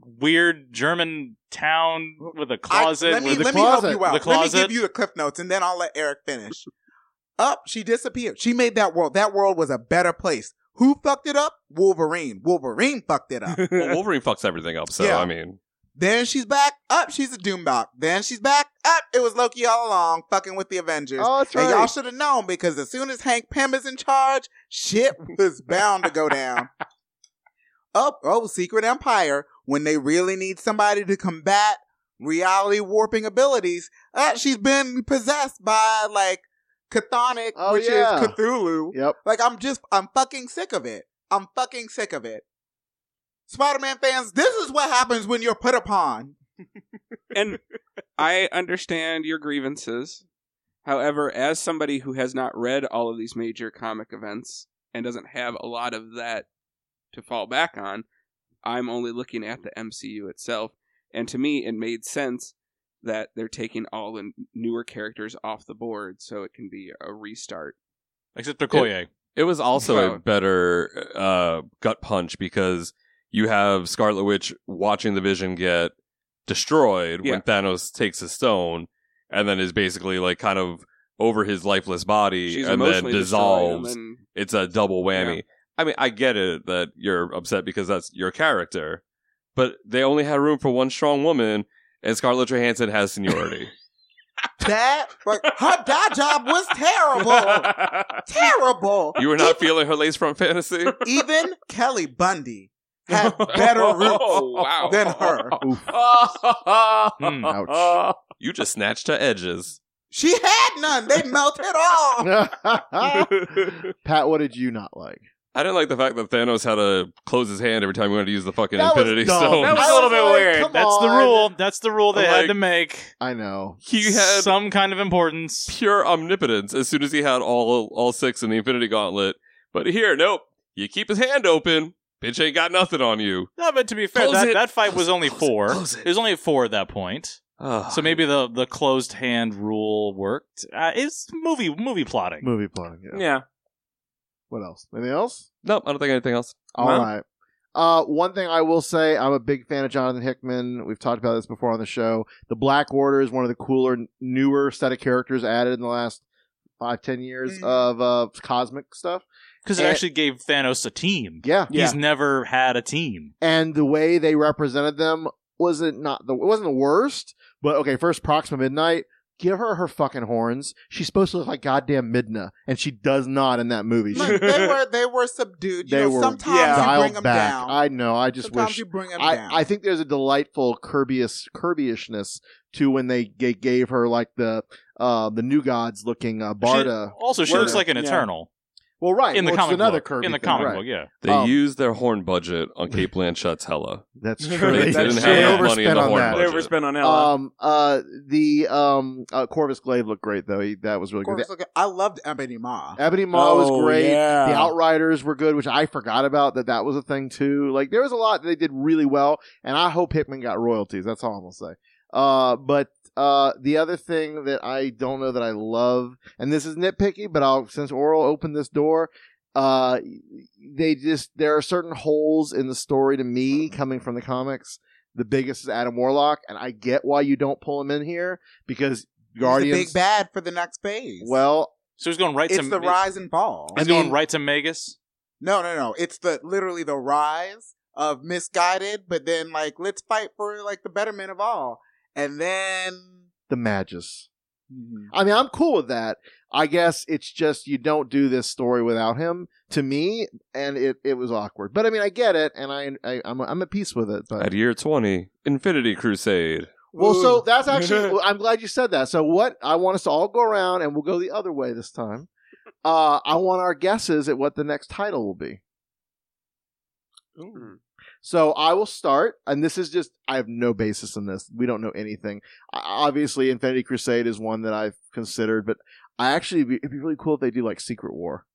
weird German town with a I- closet. let me with the let me closet. help you out. The let me closet. give you the cliff notes, and then I'll let Eric finish. up, she disappeared. She made that world. That world was a better place. Who fucked it up? Wolverine. Wolverine fucked it up. Well, Wolverine fucks everything up, so Yeah. I mean, then she's back. Up, she's a Doombot. Then she's back. Up, it was Loki all along, fucking with the Avengers. Oh, that's And y'all right. should have known because as soon as Hank Pym is in charge, shit was bound to go down. Oh, oh, Secret Empire. When they really need somebody to combat reality warping abilities, uh, she's been possessed by like Chthonic, Oh, which yeah. is Cthulhu. Yep. Like I'm just, I'm fucking sick of it. I'm fucking sick of it. Spider-Man fans, this is what happens when you're put upon. and I understand your grievances. However, as somebody who has not read all of these major comic events and doesn't have a lot of that to fall back on, I'm only looking at the MCU itself. And to me, it made sense that they're taking all the newer characters off the board so it can be a restart. Except Okoye. It was also Wow. a better uh, gut punch because you have Scarlet Witch watching the Vision get destroyed Yeah. when Thanos takes his stone, and then is basically like kind of over his lifeless body, She's and then emotionally dissolves. destroyed, and then- It's a double whammy. Yeah. I mean, I get it that you're upset because that's your character, but they only had room for one strong woman, and Scarlett Johansson has seniority. That, like, her dye job was terrible. terrible. you were not feeling her lace front fantasy. Even Kelly Bundy had Oh, Oh, better roots wow. than her. Oof. Hmm. Ouch. You just snatched her edges. She had none. They melted all. Oh. Ah. Pat, what did you not like? I didn't like the fact that Thanos had to close his hand every time he wanted to use the fucking That was Infinity dumb. Stone. That was I a little was bit like, weird. come That's the on. rule. That's the rule they I'm had like- to make. I know. he had some kind of importance. pure omnipotence as soon as he had all all six in the Infinity Gauntlet. But here, nope. You keep his hand open, bitch ain't got nothing on you. No, but to be fair, Close that, it. that fight was only Close it. four. Close it. was only four at that point. So maybe the the closed hand rule worked. Uh, it's movie movie plotting. Movie plotting. Yeah. Yeah. What else? Anything else? nope. I don't think anything else. All Well- right. Uh, one thing I will say, I'm a big fan of Jonathan Hickman. We've talked about this before on the show. The Black Order is one of the cooler, newer set of characters added in the last five, ten years Mm. of uh, cosmic stuff. Because it And- actually gave Thanos a team. Yeah, He's never had a team. and the way they represented them wasn't not the it wasn't the worst. But okay, first Proxima Midnight, give her her fucking horns. She's supposed to look like goddamn Midna, and she does not in that movie. She- Look, they were they were subdued. You they know, were sometimes you dialed bring them back. down. I know. I just sometimes wish you bring them down. I, I think there's a delightful Kirbyus Kirbyishness to when they g- gave her like the uh, the new gods looking uh, She, Barda. also, she Well, looks like an yeah. Eternal well, right in the well, it's comic another book. Kirby in the thing, comic right. book, yeah. They Um, used their horn budget on Kate Blanchett's Hella. That's They true. They That's didn't true. have enough They money in overspent the on horn that. They budget. overspent on Ella. Um, uh, the um, uh, Corvus Glaive looked great though. He, that was really Of good. course, look, I loved Ebony Ma. Ebony Maw Oh, was great. yeah. Uh, The Outriders were good, which I forgot about that that was a thing too. Like there was a lot that they did really well, and I hope Hickman got royalties. That's all I'm gonna say. Uh, but uh, the other thing that I don't know that I love, and this is nitpicky, but I'll since Oral opened this door, uh, they just there are certain holes in the story to me coming from the comics. The biggest is Adam Warlock, and I get why you don't pull him in here because Guardians. He's the big bad for the next phase. well, So he's going right it's to the rise and fall. He's going right to Magus. No, no, no. It's the literally the rise of misguided, but then like let's fight for like the betterment of all, and then the Magus. I mean, I'm cool with that. I guess it's just you don't do this story without him to me, and it, it was awkward. But I mean, I get it, and I, I I'm I'm at peace with it. But At year 20, Infinity Crusade. well, so that's actually well, I'm glad you said that. So what I want us to all go around, and we'll go the other way this time. Uh, I want our guesses at what the next title will be. So I will start, and this is just I have no basis in this. We don't know anything. I, obviously, Infinity Crusade is one that I've considered, but I actually it'd be, it'd be really cool if they do like Secret War,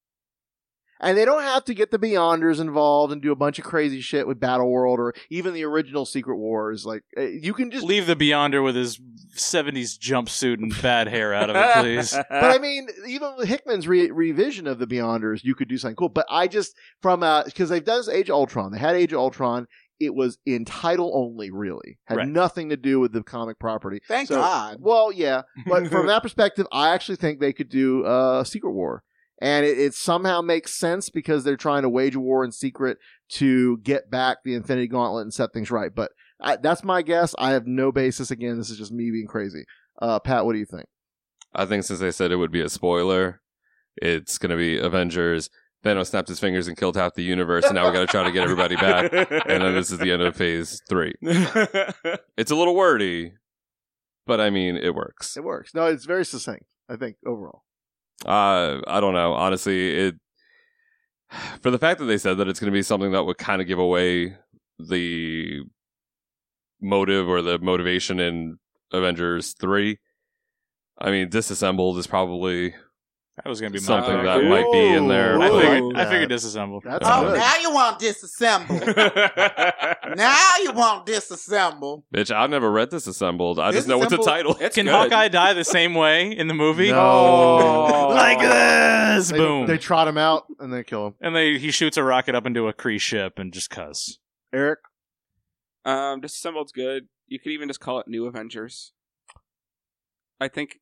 and they don't have to get the Beyonders involved and do a bunch of crazy shit with Battle World or even the original Secret Wars. Like eh, you can just. Leave the Beyonder with his 70s jumpsuit and bad hair out of it, please. But I mean, even with Hickman's re- revision of the Beyonders, you could do something cool. But I just from because they've done this Age of Ultron. They had Age of Ultron. It was in title only, really, had Right. nothing to do with the comic property. thank So- God. Well, yeah, but from that perspective, I actually think they could do uh, Secret War, and it, it somehow makes sense because they're trying to wage a war in secret to get back the Infinity Gauntlet and set things right. But I, that's my guess. I have no basis. Again, this is just me being crazy. Uh, Pat, what do you think? I think since they said it would be a spoiler, it's going to be Avengers. Thanos snapped his fingers and killed half the universe, and now we got to try to get everybody back. And then this is the end of phase three. It's a little wordy, but I mean, it works. It works. No, it's very succinct. I think overall. Uh, I don't know. Honestly, it for the fact that they said that it's going to be something that would kind of give away the motive or the motivation in Avengers three. I mean, disassembled is probably That was going to be my something pick. that might be in there. Ooh. I but- figured, Like I figured that. disassemble. Um, That's Uh, oh, good. now you want disassemble. now you want disassemble. Bitch, I've never read Disassembled. I just know what the Disassembled- title. It's Can good. Hawkeye die the same way in the movie? Oh. No. like this, They- boom, They trot him out and they kill him. and they he shoots a rocket up into a Kree ship and just cuss. Eric, Um, Disassembled's good. You could even just call it New Avengers. I think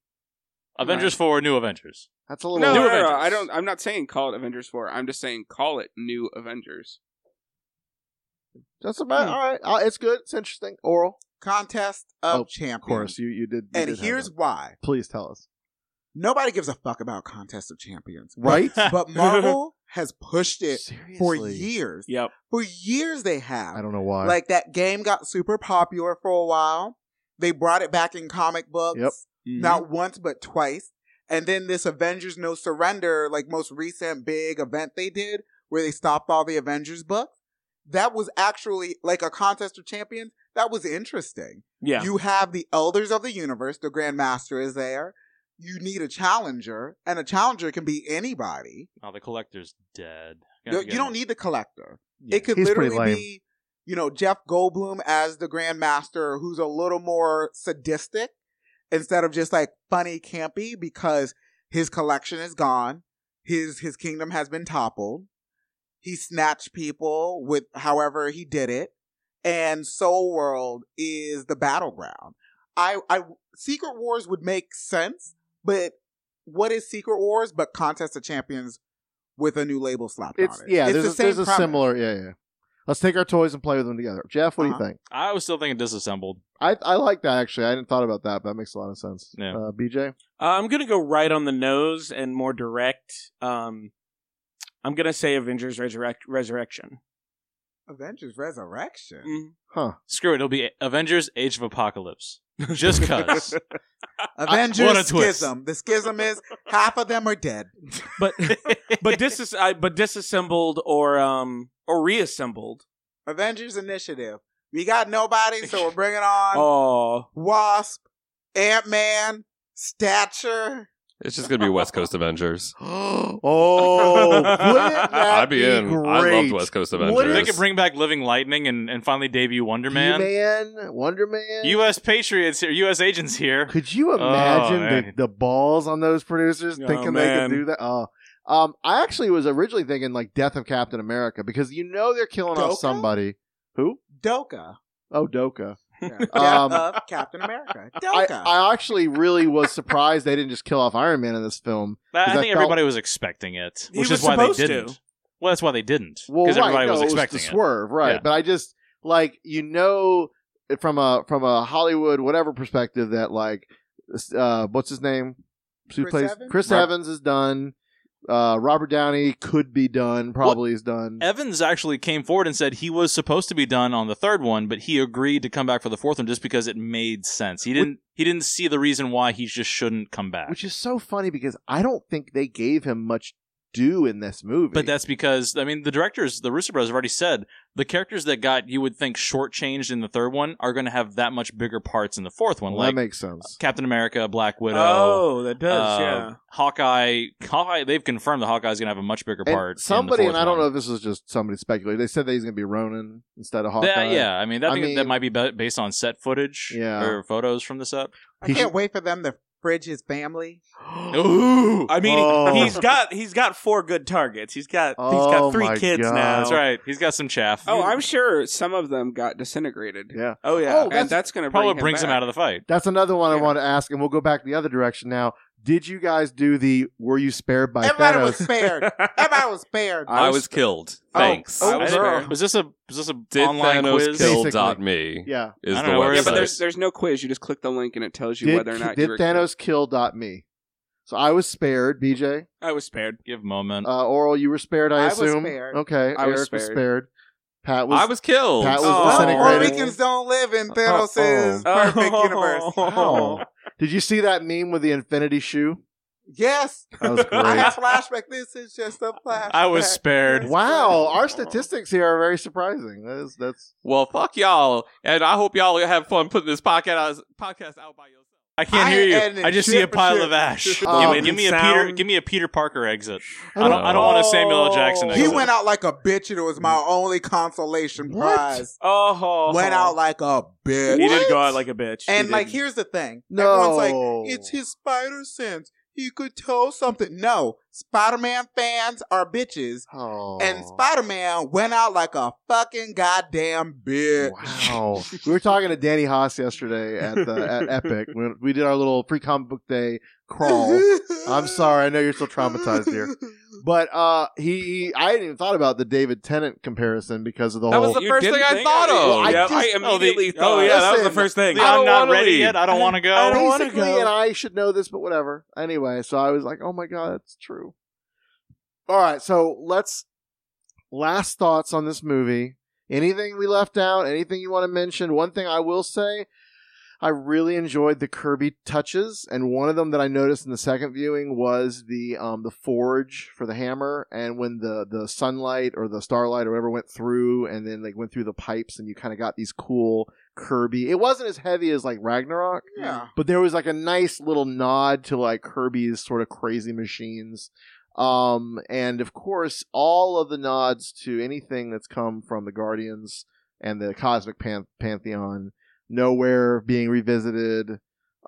Avengers Four, New Avengers. that's a little. no, no, no, no, Avengers. I don't. I'm not saying call it Avengers Four. I'm just saying call it New Avengers. That's Mm. about all right. Uh, it's good. It's interesting. Oral, Contest of Oh, champions. of course. You you did. you Mm. and did have here's that. why. please tell us. Nobody gives a fuck about Contest of Champions. Right? But Marvel has pushed it Seriously. for years. Yep. For years they have. I don't know why. Like that game got super popular for a while. They brought it back in comic books. Yep. not once but twice. And then this Avengers No Surrender, like most recent big event they did, where they stopped all the Avengers books. That was actually like a contest of champions. That was interesting. Yeah. You have the elders of the universe, the Grand Master is there. You need a challenger, and a challenger can be anybody. Oh, the collector's dead. No, you don't need the collector. Yeah. It could He's pretty literally lame. be, you know, Jeff Goldblum as the Grand Master, who's a little more sadistic instead of just like funny campy because his collection is gone. His his kingdom has been toppled. He snatched people with however he did it. And Soul World is the battleground. I I Secret Wars would make sense, but what is Secret Wars but Contest of Champions with a new label slapped It's on it? yeah. it's there's the a, same there's a premise. similar yeah yeah. Let's take our toys and play with them together. Jeff, what do Uh-huh. you think? I was still thinking disassembled. I I like that actually. I hadn't thought about that, but that makes a lot of sense. Yeah. Uh, BJ, Uh, I'm gonna go right on the nose and more direct. Um, I'm gonna say Avengers Resurrect Resurrection. Avengers Resurrection. Mm, Mm. huh? Screw it. It'll be Avengers: Age of Apocalypse. Just cause. Avengers what a twist. Schism. The schism is half of them are dead. But but this is I, but disassembled or um or reassembled. Avengers Initiative. We got nobody, so we're bringing on Oh, Wasp, Ant Man, Stature. It's just gonna be West Coast Avengers. oh, wouldn't that I'd be in. I loved great? West Coast What Avengers. if- they could bring back Living Lightning and, and finally debut Wonder Man. He-Man, Wonder Man. U.S. Patriots here. U.S. agents here. Could you Oh, imagine the, man. the balls on those producers Oh, thinking man. they could do that? Oh. Um, I actually was originally thinking like Death of Captain America because you know they're killing Doka? off somebody. Who? Doka. Oh, Doka. Yeah. Um, of Captain America. I, Doka. I actually really was surprised they didn't just kill off Iron Man in this film. I, I 'Cause I think felt- everybody was expecting it, He which was is why they supposed to. didn't. Well, that's why they didn't because Well, right, everybody no, was it was expecting the it. swerve, right? Yeah. But I just like you know eh, from a from a Hollywood whatever perspective that like uh, what's his name? Who Chris Evans? Chris Rob- Evans is done. Uh, Robert Downey could be done. Probably is done. Evans actually came forward and said he was supposed to be done on the third one, but he agreed to come back for the fourth one just because it made sense. He didn't. He didn't see the reason why he just shouldn't come back. which is so funny because I don't think they gave him much due in this movie. But that's because I mean the directors, the Rooster Brothers, have already said the characters that got you would think shortchanged in the third one are going to have that much bigger parts in the fourth one, well, like that makes sense. Captain America, Black Widow. oh, that does uh, yeah. Hawkeye, Hawkeye. They've confirmed that Hawkeye's going to have a much bigger And part. in uh, the somebody, fourth and I don't one. know if this was just somebody speculating. They said that he's going to be Ronan instead of Hawkeye. That- yeah, I mean, that, I I think mean- that might be ba- based on set footage Yeah. or photos from the set. I he can't wait for them to fridge his family. Ooh, I mean, Oh. he's got he's got four good targets. He's got he's Oh got three my kids God. now. that's right. He's got some chaff. Oh, I'm sure some of them got disintegrated. Yeah. Oh yeah. Oh, and that's- that's gonna probably bring brings him back. out of the fight. That's another one I Yeah. want to ask, and we'll go back the other direction now. Did you guys do the "Were you spared by Everybody Thanos"? was spared. Everybody was Uh, spared. I was killed. Thanks. oh, I was girl. spared. Was this a was this a Did online Thanos quiz? kill Basically. dot me? yeah. Is I the don't know, where website. is Yeah, that? but there's there's no quiz. You just click the link and it tells you Did, whether or not did you were Thanos kill dot me? So I was spared, BJ. I was spared. Give moment. Uh, Oral, you were spared, I I was assume. spared. Okay, I Eric was was spared. spared. Pat was. I was killed. Pat was Oh. disintegrated. Puerto Ricans don't live in Thanos' perfect universe. Wow. Did you see that meme with the infinity shoe? Yes. That was I great. have flashback. This is just a flashback. I was spared. wow, our statistics here are very surprising. That is, that's Well, fuck y'all, and I hope y'all have fun putting this podcast out, podcast out by yourself. I can't I hear ended you. I just see a shit for pile shit. of ash. Oh, give, it me, give me a didn't Peter. sound- Give me a Peter Parker exit. I I don't. I don't want Oh. a Samuel L. Jackson. He Exit. went out like a bitch, and it was my only consolation What? prize. Oh, Went out like a bitch. He did go out like a bitch. He And like, did. here's the thing. No. Everyone's like, it's his spider sense. He could tell something. No, Spider Man fans are bitches. oh. And Spider Man went out like a fucking goddamn bitch. Wow. we were talking to Danny Haas yesterday at the at Epic. We, we did our little pre comic book day crawl. I'm sorry, I know you're still traumatized here. But uh he, he I hadn't even thought about the David Tennant comparison because of the That whole was the You first thing didn't I think thought I did. of. Well, I yeah, just- I immediately oh thought. yeah, that was the Listen, first thing. The I I'm don't not wanna ready leave. yet. I don't want to go. I don't wanna basically, go. and I should know this, but whatever. Anyway, so I was like, oh my god, that's true. All right, so let's last thoughts on this movie. Anything we left out? Anything you want to mention? One thing I will say, I really enjoyed the Kirby touches, and one of them that I noticed in the second viewing was the um, the forge for the hammer, and when the the sunlight or the starlight or whatever went through, and then like went through the pipes, and you kind of got these cool Kirby. It wasn't as heavy as like Ragnarok, Yeah. but there was like a nice little nod to like Kirby's sort of crazy machines. Um, and of course, all of the nods to anything that's come from the Guardians and the Cosmic Pan- Pantheon, nowhere being revisited.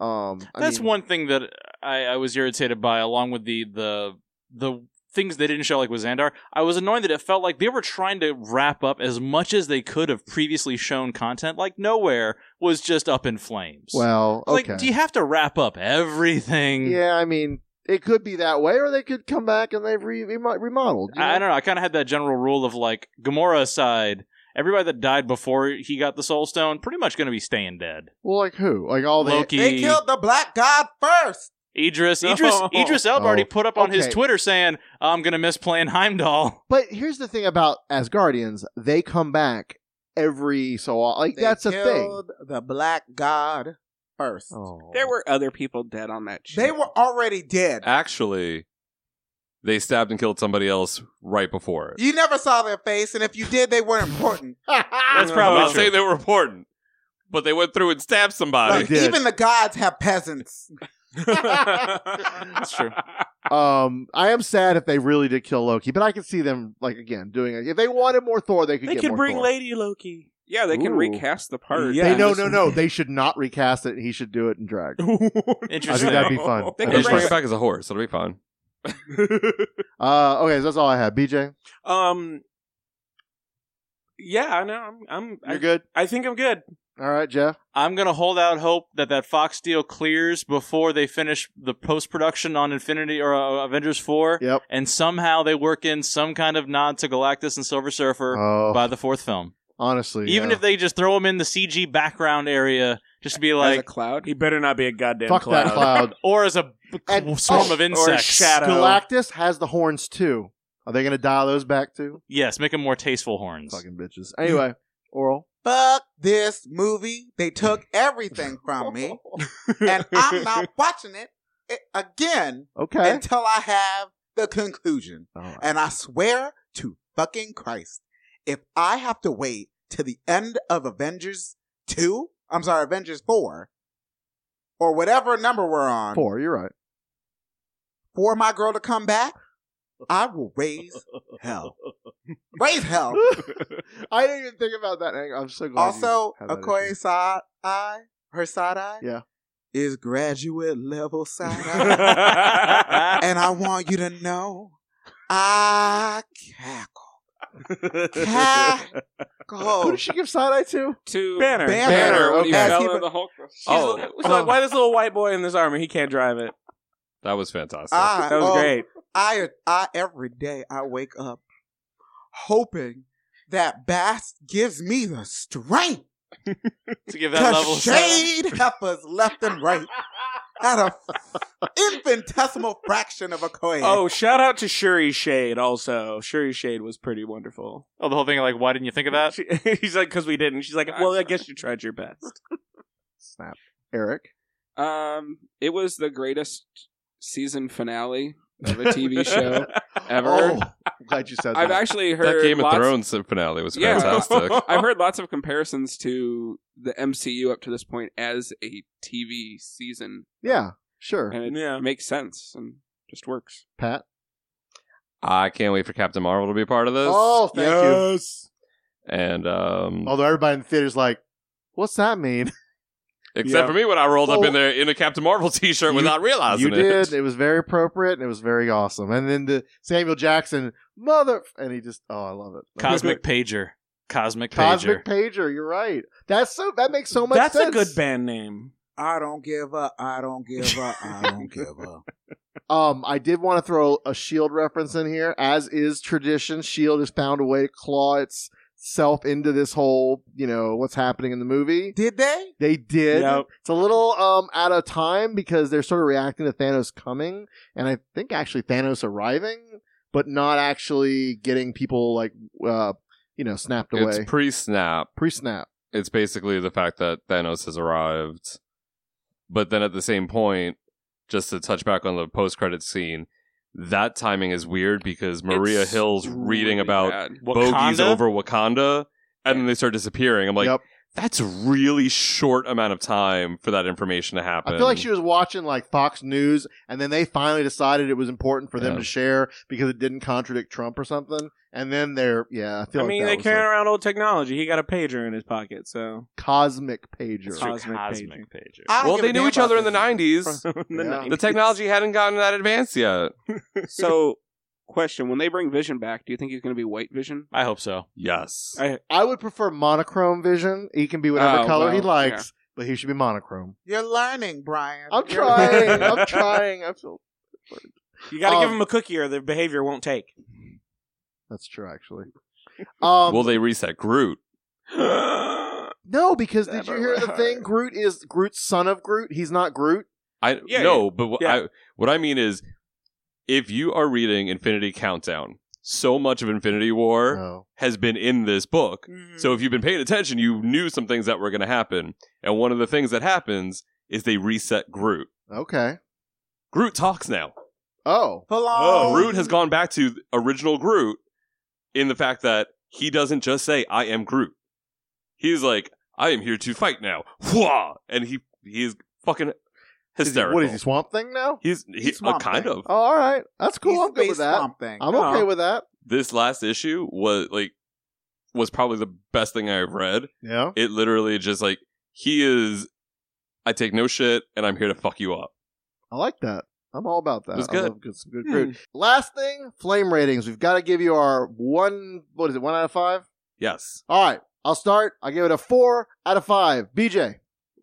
Um, I That's mean, one thing that I, I was irritated by, along with the the the things they didn't show, like with Xandar. I was annoyed that it felt like they were trying to wrap up as much as they could of previously shown content. Like nowhere was just up in flames. Well, It's okay. like do you have to wrap up everything? yeah, I mean, it could be that way, or they could come back and they've re- remo- remodeled. you I, I don't know. I kind of had that general rule of like Gamora aside, everybody that died before he got the Soul Stone pretty much going to be staying dead. Well, like who? Like all the Loki, They killed the black god first. Idris, No. Idris, Idris Elba already Oh, put up on his okay. Twitter saying, "I'm going to miss playing Heimdall." But here's the thing about Asgardians: they come back every so often. Like They that's a thing. killed The black god first. Oh. There were other people dead on that ship. They were already dead. Actually, they stabbed and killed somebody else right before it. You never saw their face, and if you did, they weren't important. That's probably I'm not true. saying they were important, but they went through and stabbed somebody. Like, did. even the gods have peasants. That's true. Um, I am sad if they really did kill Loki, but I could see them like again doing it. If they wanted more Thor, they could They get could more bring Thor. Lady Loki. yeah, they can Ooh. recast the part. Yeah, they no no no. They should not recast it. He should do it in drag. I Interesting. think that'd be fun. I They They think could just bring that's it back as a horse. It'll be fine. fun. Uh, okay, so that's all I have. BJ, um. Yeah, I know. I'm. I'm I, you're good. I think I'm good. All right, Jeff. I'm gonna hold out hope that that Fox deal clears before they finish the post production on Infinity or uh, Avengers Four, Yep. and somehow they work in some kind of nod to Galactus and Silver Surfer Oh, by the fourth film. honestly, Even yeah. if they just throw him in the CG background area, just to be as a like, cloud. He better not be a goddamn fuck cloud. that cloud. or as a b- And- swarm oh, of insects. or a shadow. Galactus has the horns too. Are they going to dial those back too? Yes, make him more tasteful horns. Fucking bitches. Anyway, oral. Fuck this movie. They took everything from me, and I'm not watching it i- again Okay. until I have the conclusion. All right. And I swear to fucking Christ, if I have to wait to the end of Avengers 2, I'm sorry, Avengers 4, or whatever number we're on, Four. You're right. for my girl to come back, I will raise hell. Raise hell. I didn't even think about that. angle. I'm so glad. you Also, had that Okoye side eye, her side eye, Yeah. is graduate level side eye. Galactus. and I want you to know, I cackle. Cackle. Oh. issue. Who did she give side eye to? to Banner. Banner. Banner when Okay. he fell As he- in the Hulk. Oh. She's li- like, why this little white boy in this armor? He can't drive it. That was fantastic. I, That was oh, great. I, I every day I wake up hoping that Bass gives me the strength to give that to level of sound. shade heifers left and right at a infinitesimal fraction of a coin. Oh, shout out to Shuri Shade also. Shuri Shade was pretty wonderful. Oh, the whole thing, like, why didn't you think of that? She, he's like, because we didn't. She's like, well, I guess you tried your best. Snap. Eric. Um, it was the greatest season finale of a TV show ever. Oh, I'm glad you said I've that. actually heard that Game lots, of Thrones finale was Yeah. fantastic. I've heard lots of comparisons to the MCU up to this point as a TV season, yeah. Sure. and it Yeah. makes sense and just works. Pat. I can't wait for Captain Marvel to be a part of this. Oh, thank you. And um, Although everybody in the theater's like, "What's that mean?" except yeah. for me when I rolled up Well, in there in a Captain Marvel T-shirt you- without realizing you it. did. It was very appropriate and it was very awesome. And then the Samuel Jackson mother, and he just, oh, I love it. Cosmic Pager. Cosmic Pager. Cosmic Pager. You're right. That's so. That makes so much. That's sense. a good band name. I don't give up. I don't give up. I don't give up. Um, I did want to throw a Shield E reference in here, as is tradition. Shield E has found a way to claw itself into this whole, you know, what's happening in the movie. Did they? They did. Yep. It's a little um out of time because they're sort of reacting to Thanos coming, and I think actually Thanos arriving, but not actually getting people like, uh, you know, snapped away It's pre-snap. pre-snap. It's basically the fact that Thanos has arrived. But then at the same point, just to touch back on the post credit scene, that timing is weird because Maria It's Hill's reading really about bad. bogies Wakanda? over Wakanda and then they start disappearing. I'm like, Yep. that's a really short amount of time for that information to happen. I feel like she was watching like Fox News, and then they finally decided it was important for them Yeah. to share because it didn't contradict Trump or something. And then they're yeah, I feel I like mean, that they was carry a around old technology. He got a pager in his pocket, so cosmic pager. Cos- Cosmic, Cosmic Cosmic pager. I don't well, give they a knew damn each other in about the this. 90s. From the Yeah. 90s. the technology hadn't gotten that advanced yet. So, question: When they bring Vision back, do you think he's going to be White Vision? I hope so. Yes. I- I would prefer monochrome vision. He can be whatever Oh, color he well, likes, but he should be monochrome. You're learning, Brian. I'm You're- trying. I'm trying. I feel You got to give Um, him a cookie, or their behavior won't take. that's true actually. Um, Will they reset Groot? no, because did you Never hear the were. thing? Groot is Groot's son of Groot. He's not Groot. I Yeah, no, but what, yeah. I, what I mean is, if you are reading Infinity Countdown, so much of Infinity War No. has been in this book. Mm-hmm. So if you've been paying attention, you knew some things that were going to happen, and one of the things that happens is they reset Groot. Okay. Groot talks now. Oh. Hello. Groot has gone back to original Groot in the fact that he doesn't just say "I am Groot." He's like, "I am here to fight now," Whoa! and he he's fucking Is he- hysterical. what is he Swamp Thing now? He's he, He's uh, Swamp kind Thing. of. Oh, all right. That's cool. He's I'm good Space with that. Swamp Thing. I'm Oh. okay with that. this last issue was like was probably the best thing I've read. Yeah. It literally just like he is I take no shit and I'm here to fuck you up. I like that. I'm all about that. It was I good. love good, some good Hmm. food. Last thing, flame ratings. We've got to give you our one. What is it? One out of five. Yes. All right. I'll start. I give it a four out of five. BJ.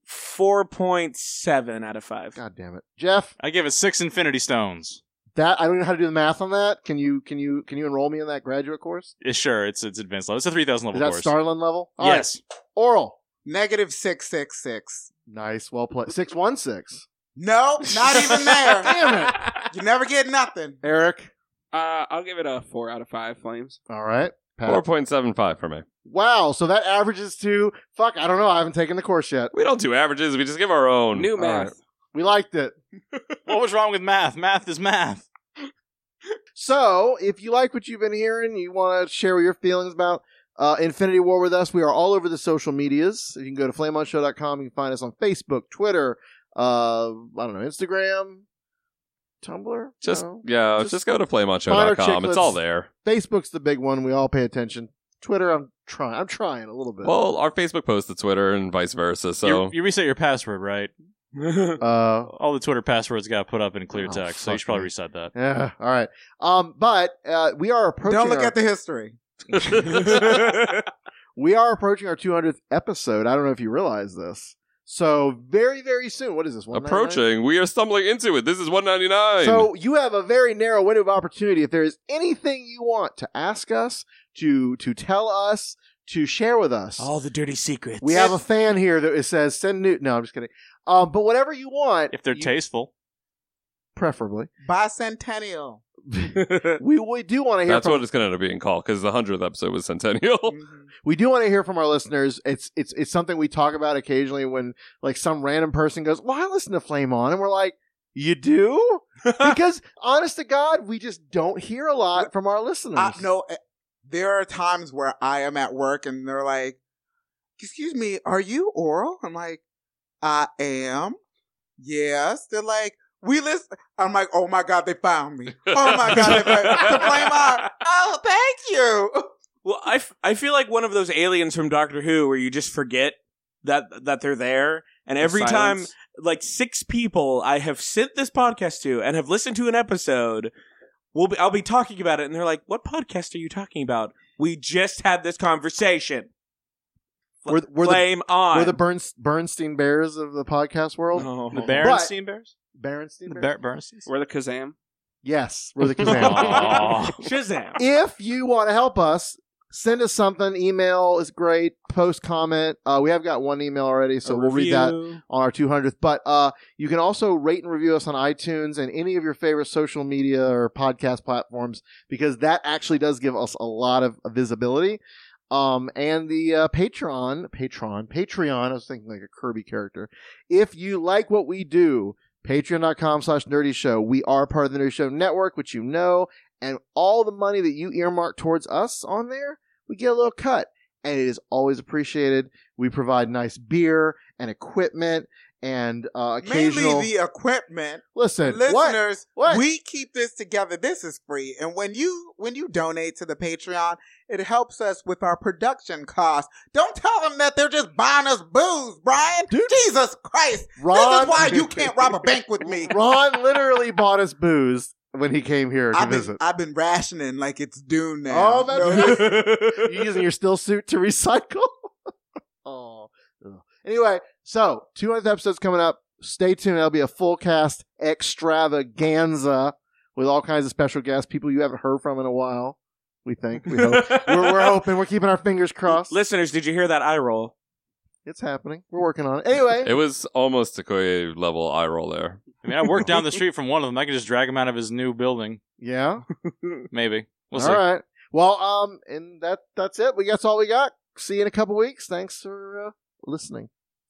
Four point seven out of five. God damn it, Jeff. I give it six Infinity Stones. That I don't know how to do the math on that. Can you? Can you? Can you enroll me in that graduate course? It, sure, it's it's advanced level. It's a three thousand Is level that course. Starlin level? All right. yes. Oral. Negative six six six. Nice. Well played. Six one six. No, not even there. Damn it, You never get nothing. Eric. Uh, I'll give it a four out of five flames. All right. Pat. Four point seven five for me. Wow. So that averages to fuck. I don't know. I haven't taken the course yet. We don't do averages, we just give our own. New All math. right. We liked it. what was wrong with math? Math is math. So, if you like what you've been hearing, you want to share your feelings about uh, Infinity War with us, we are all over the social medias. You can go to flameonshow.com. You can find us on Facebook, Twitter, uh, I don't know, Instagram, Tumblr. Just No. yeah, Oh. Just just, go to fire playmoncho.com. chicklets. It's all there. Facebook's the big one. We all pay attention. Twitter, I'm trying. I'm trying a little bit. Well, our Facebook posts to Twitter and vice versa. So you, you reset your password, right? uh, All the Twitter passwords got put up in clear Oh, text, so you fuck should probably me. reset that. yeah. All right. Um, but uh, we are approaching. Don't look our- at the history. we are approaching our 200th episode. I don't know if you realize this. So very, very soon. What is this? 199? approaching, we are stumbling into it. This is one ninety nine. So you have a very narrow window of opportunity. If there is anything you want to ask us, to to tell us, to share with us, Oh, the dirty secrets. we have a fan here that says send new. No, I'm just kidding. Um, but whatever you want, If they're you- tasteful, preferably, Bicentennial. we, we do want to hear. that's From, what it's gonna end up being called, because the hundredth episode was centennial. Mhm. we do want to hear from our listeners. It's it's it's something we talk about occasionally when like some random person goes, "Well, I listen to Flame On," and we're like, "You do?" because honest to God, we just don't hear a lot from our listeners. I, no, eh, there are times where I am at work and they're like, "Excuse me, are you oral?" I'm like, "I am." Yes, they're like, "We listen." I'm like, "Oh my god, they found me! Oh my god, they found to blame on." Oh, thank you. Well, I, f- I feel like one of those aliens from Doctor Who where you just forget that that they're there. And every time, Silence. like six people I have sent this podcast to and have listened to an episode, we'll be, I'll be talking about it, and they're like, "What podcast are you talking about? We just had this conversation." Fl- We're th- we're the- Flame on. We're the Berns- Bernstein Bears of the podcast world. Uh-huh. Oh. the Berenstein Bears, Berenstein the Bears? Ber- Berensteins. We're the Kazam. yes, we're the Kazam. Aw. Shazam. if you want to help us, send us something. Email is great. Post comment. Uh, we have got one email already, so A we'll read that review. on our 200th. But uh, you can also rate and review us on iTunes and any of your favorite social media or podcast platforms because that actually does give us a lot of visibility. Um, and the uh, Patreon, Patreon, Patreon, I was thinking like a Kirby character. If you like what we do, patreon.com slash nerdy show. We are part of the Nerdy Show Network, which you know, and all the money that you earmark towards us on there, we get a little cut. And it is always appreciated. We provide nice beer and equipment and uh, occasional. Mainly the equipment. Listen, what? Listeners, What? we keep this together. This is free. And when you when you donate to the Patreon, it helps us with our production costs. Don't tell them that they're just buying us booze, Brian. Dude. Jesus Christ. this Ron- is why you can't rob a bank with me. Ron literally bought us booze when he came here to I've been, visit. I've been rationing like it's Dune now. Oh, that's right. you using your still suit to recycle? oh. ugh. Anyway, so 200th episode's coming up. Stay tuned. That'll be a full cast extravaganza with all kinds of special guests, people you haven't heard from in a while. We think. We hope. we're, we're hoping. We're keeping our fingers crossed. Listeners, did you hear that eye roll? It's happening. We're working on it. Anyway, It was almost Sequoia level eye roll there. I mean, I work down the street from one of them. I can just drag him out of his new building. yeah. Maybe. We'll All see. right. Well, um, and that that's it. We that's all we got. See you in a couple weeks. Thanks for uh, listening.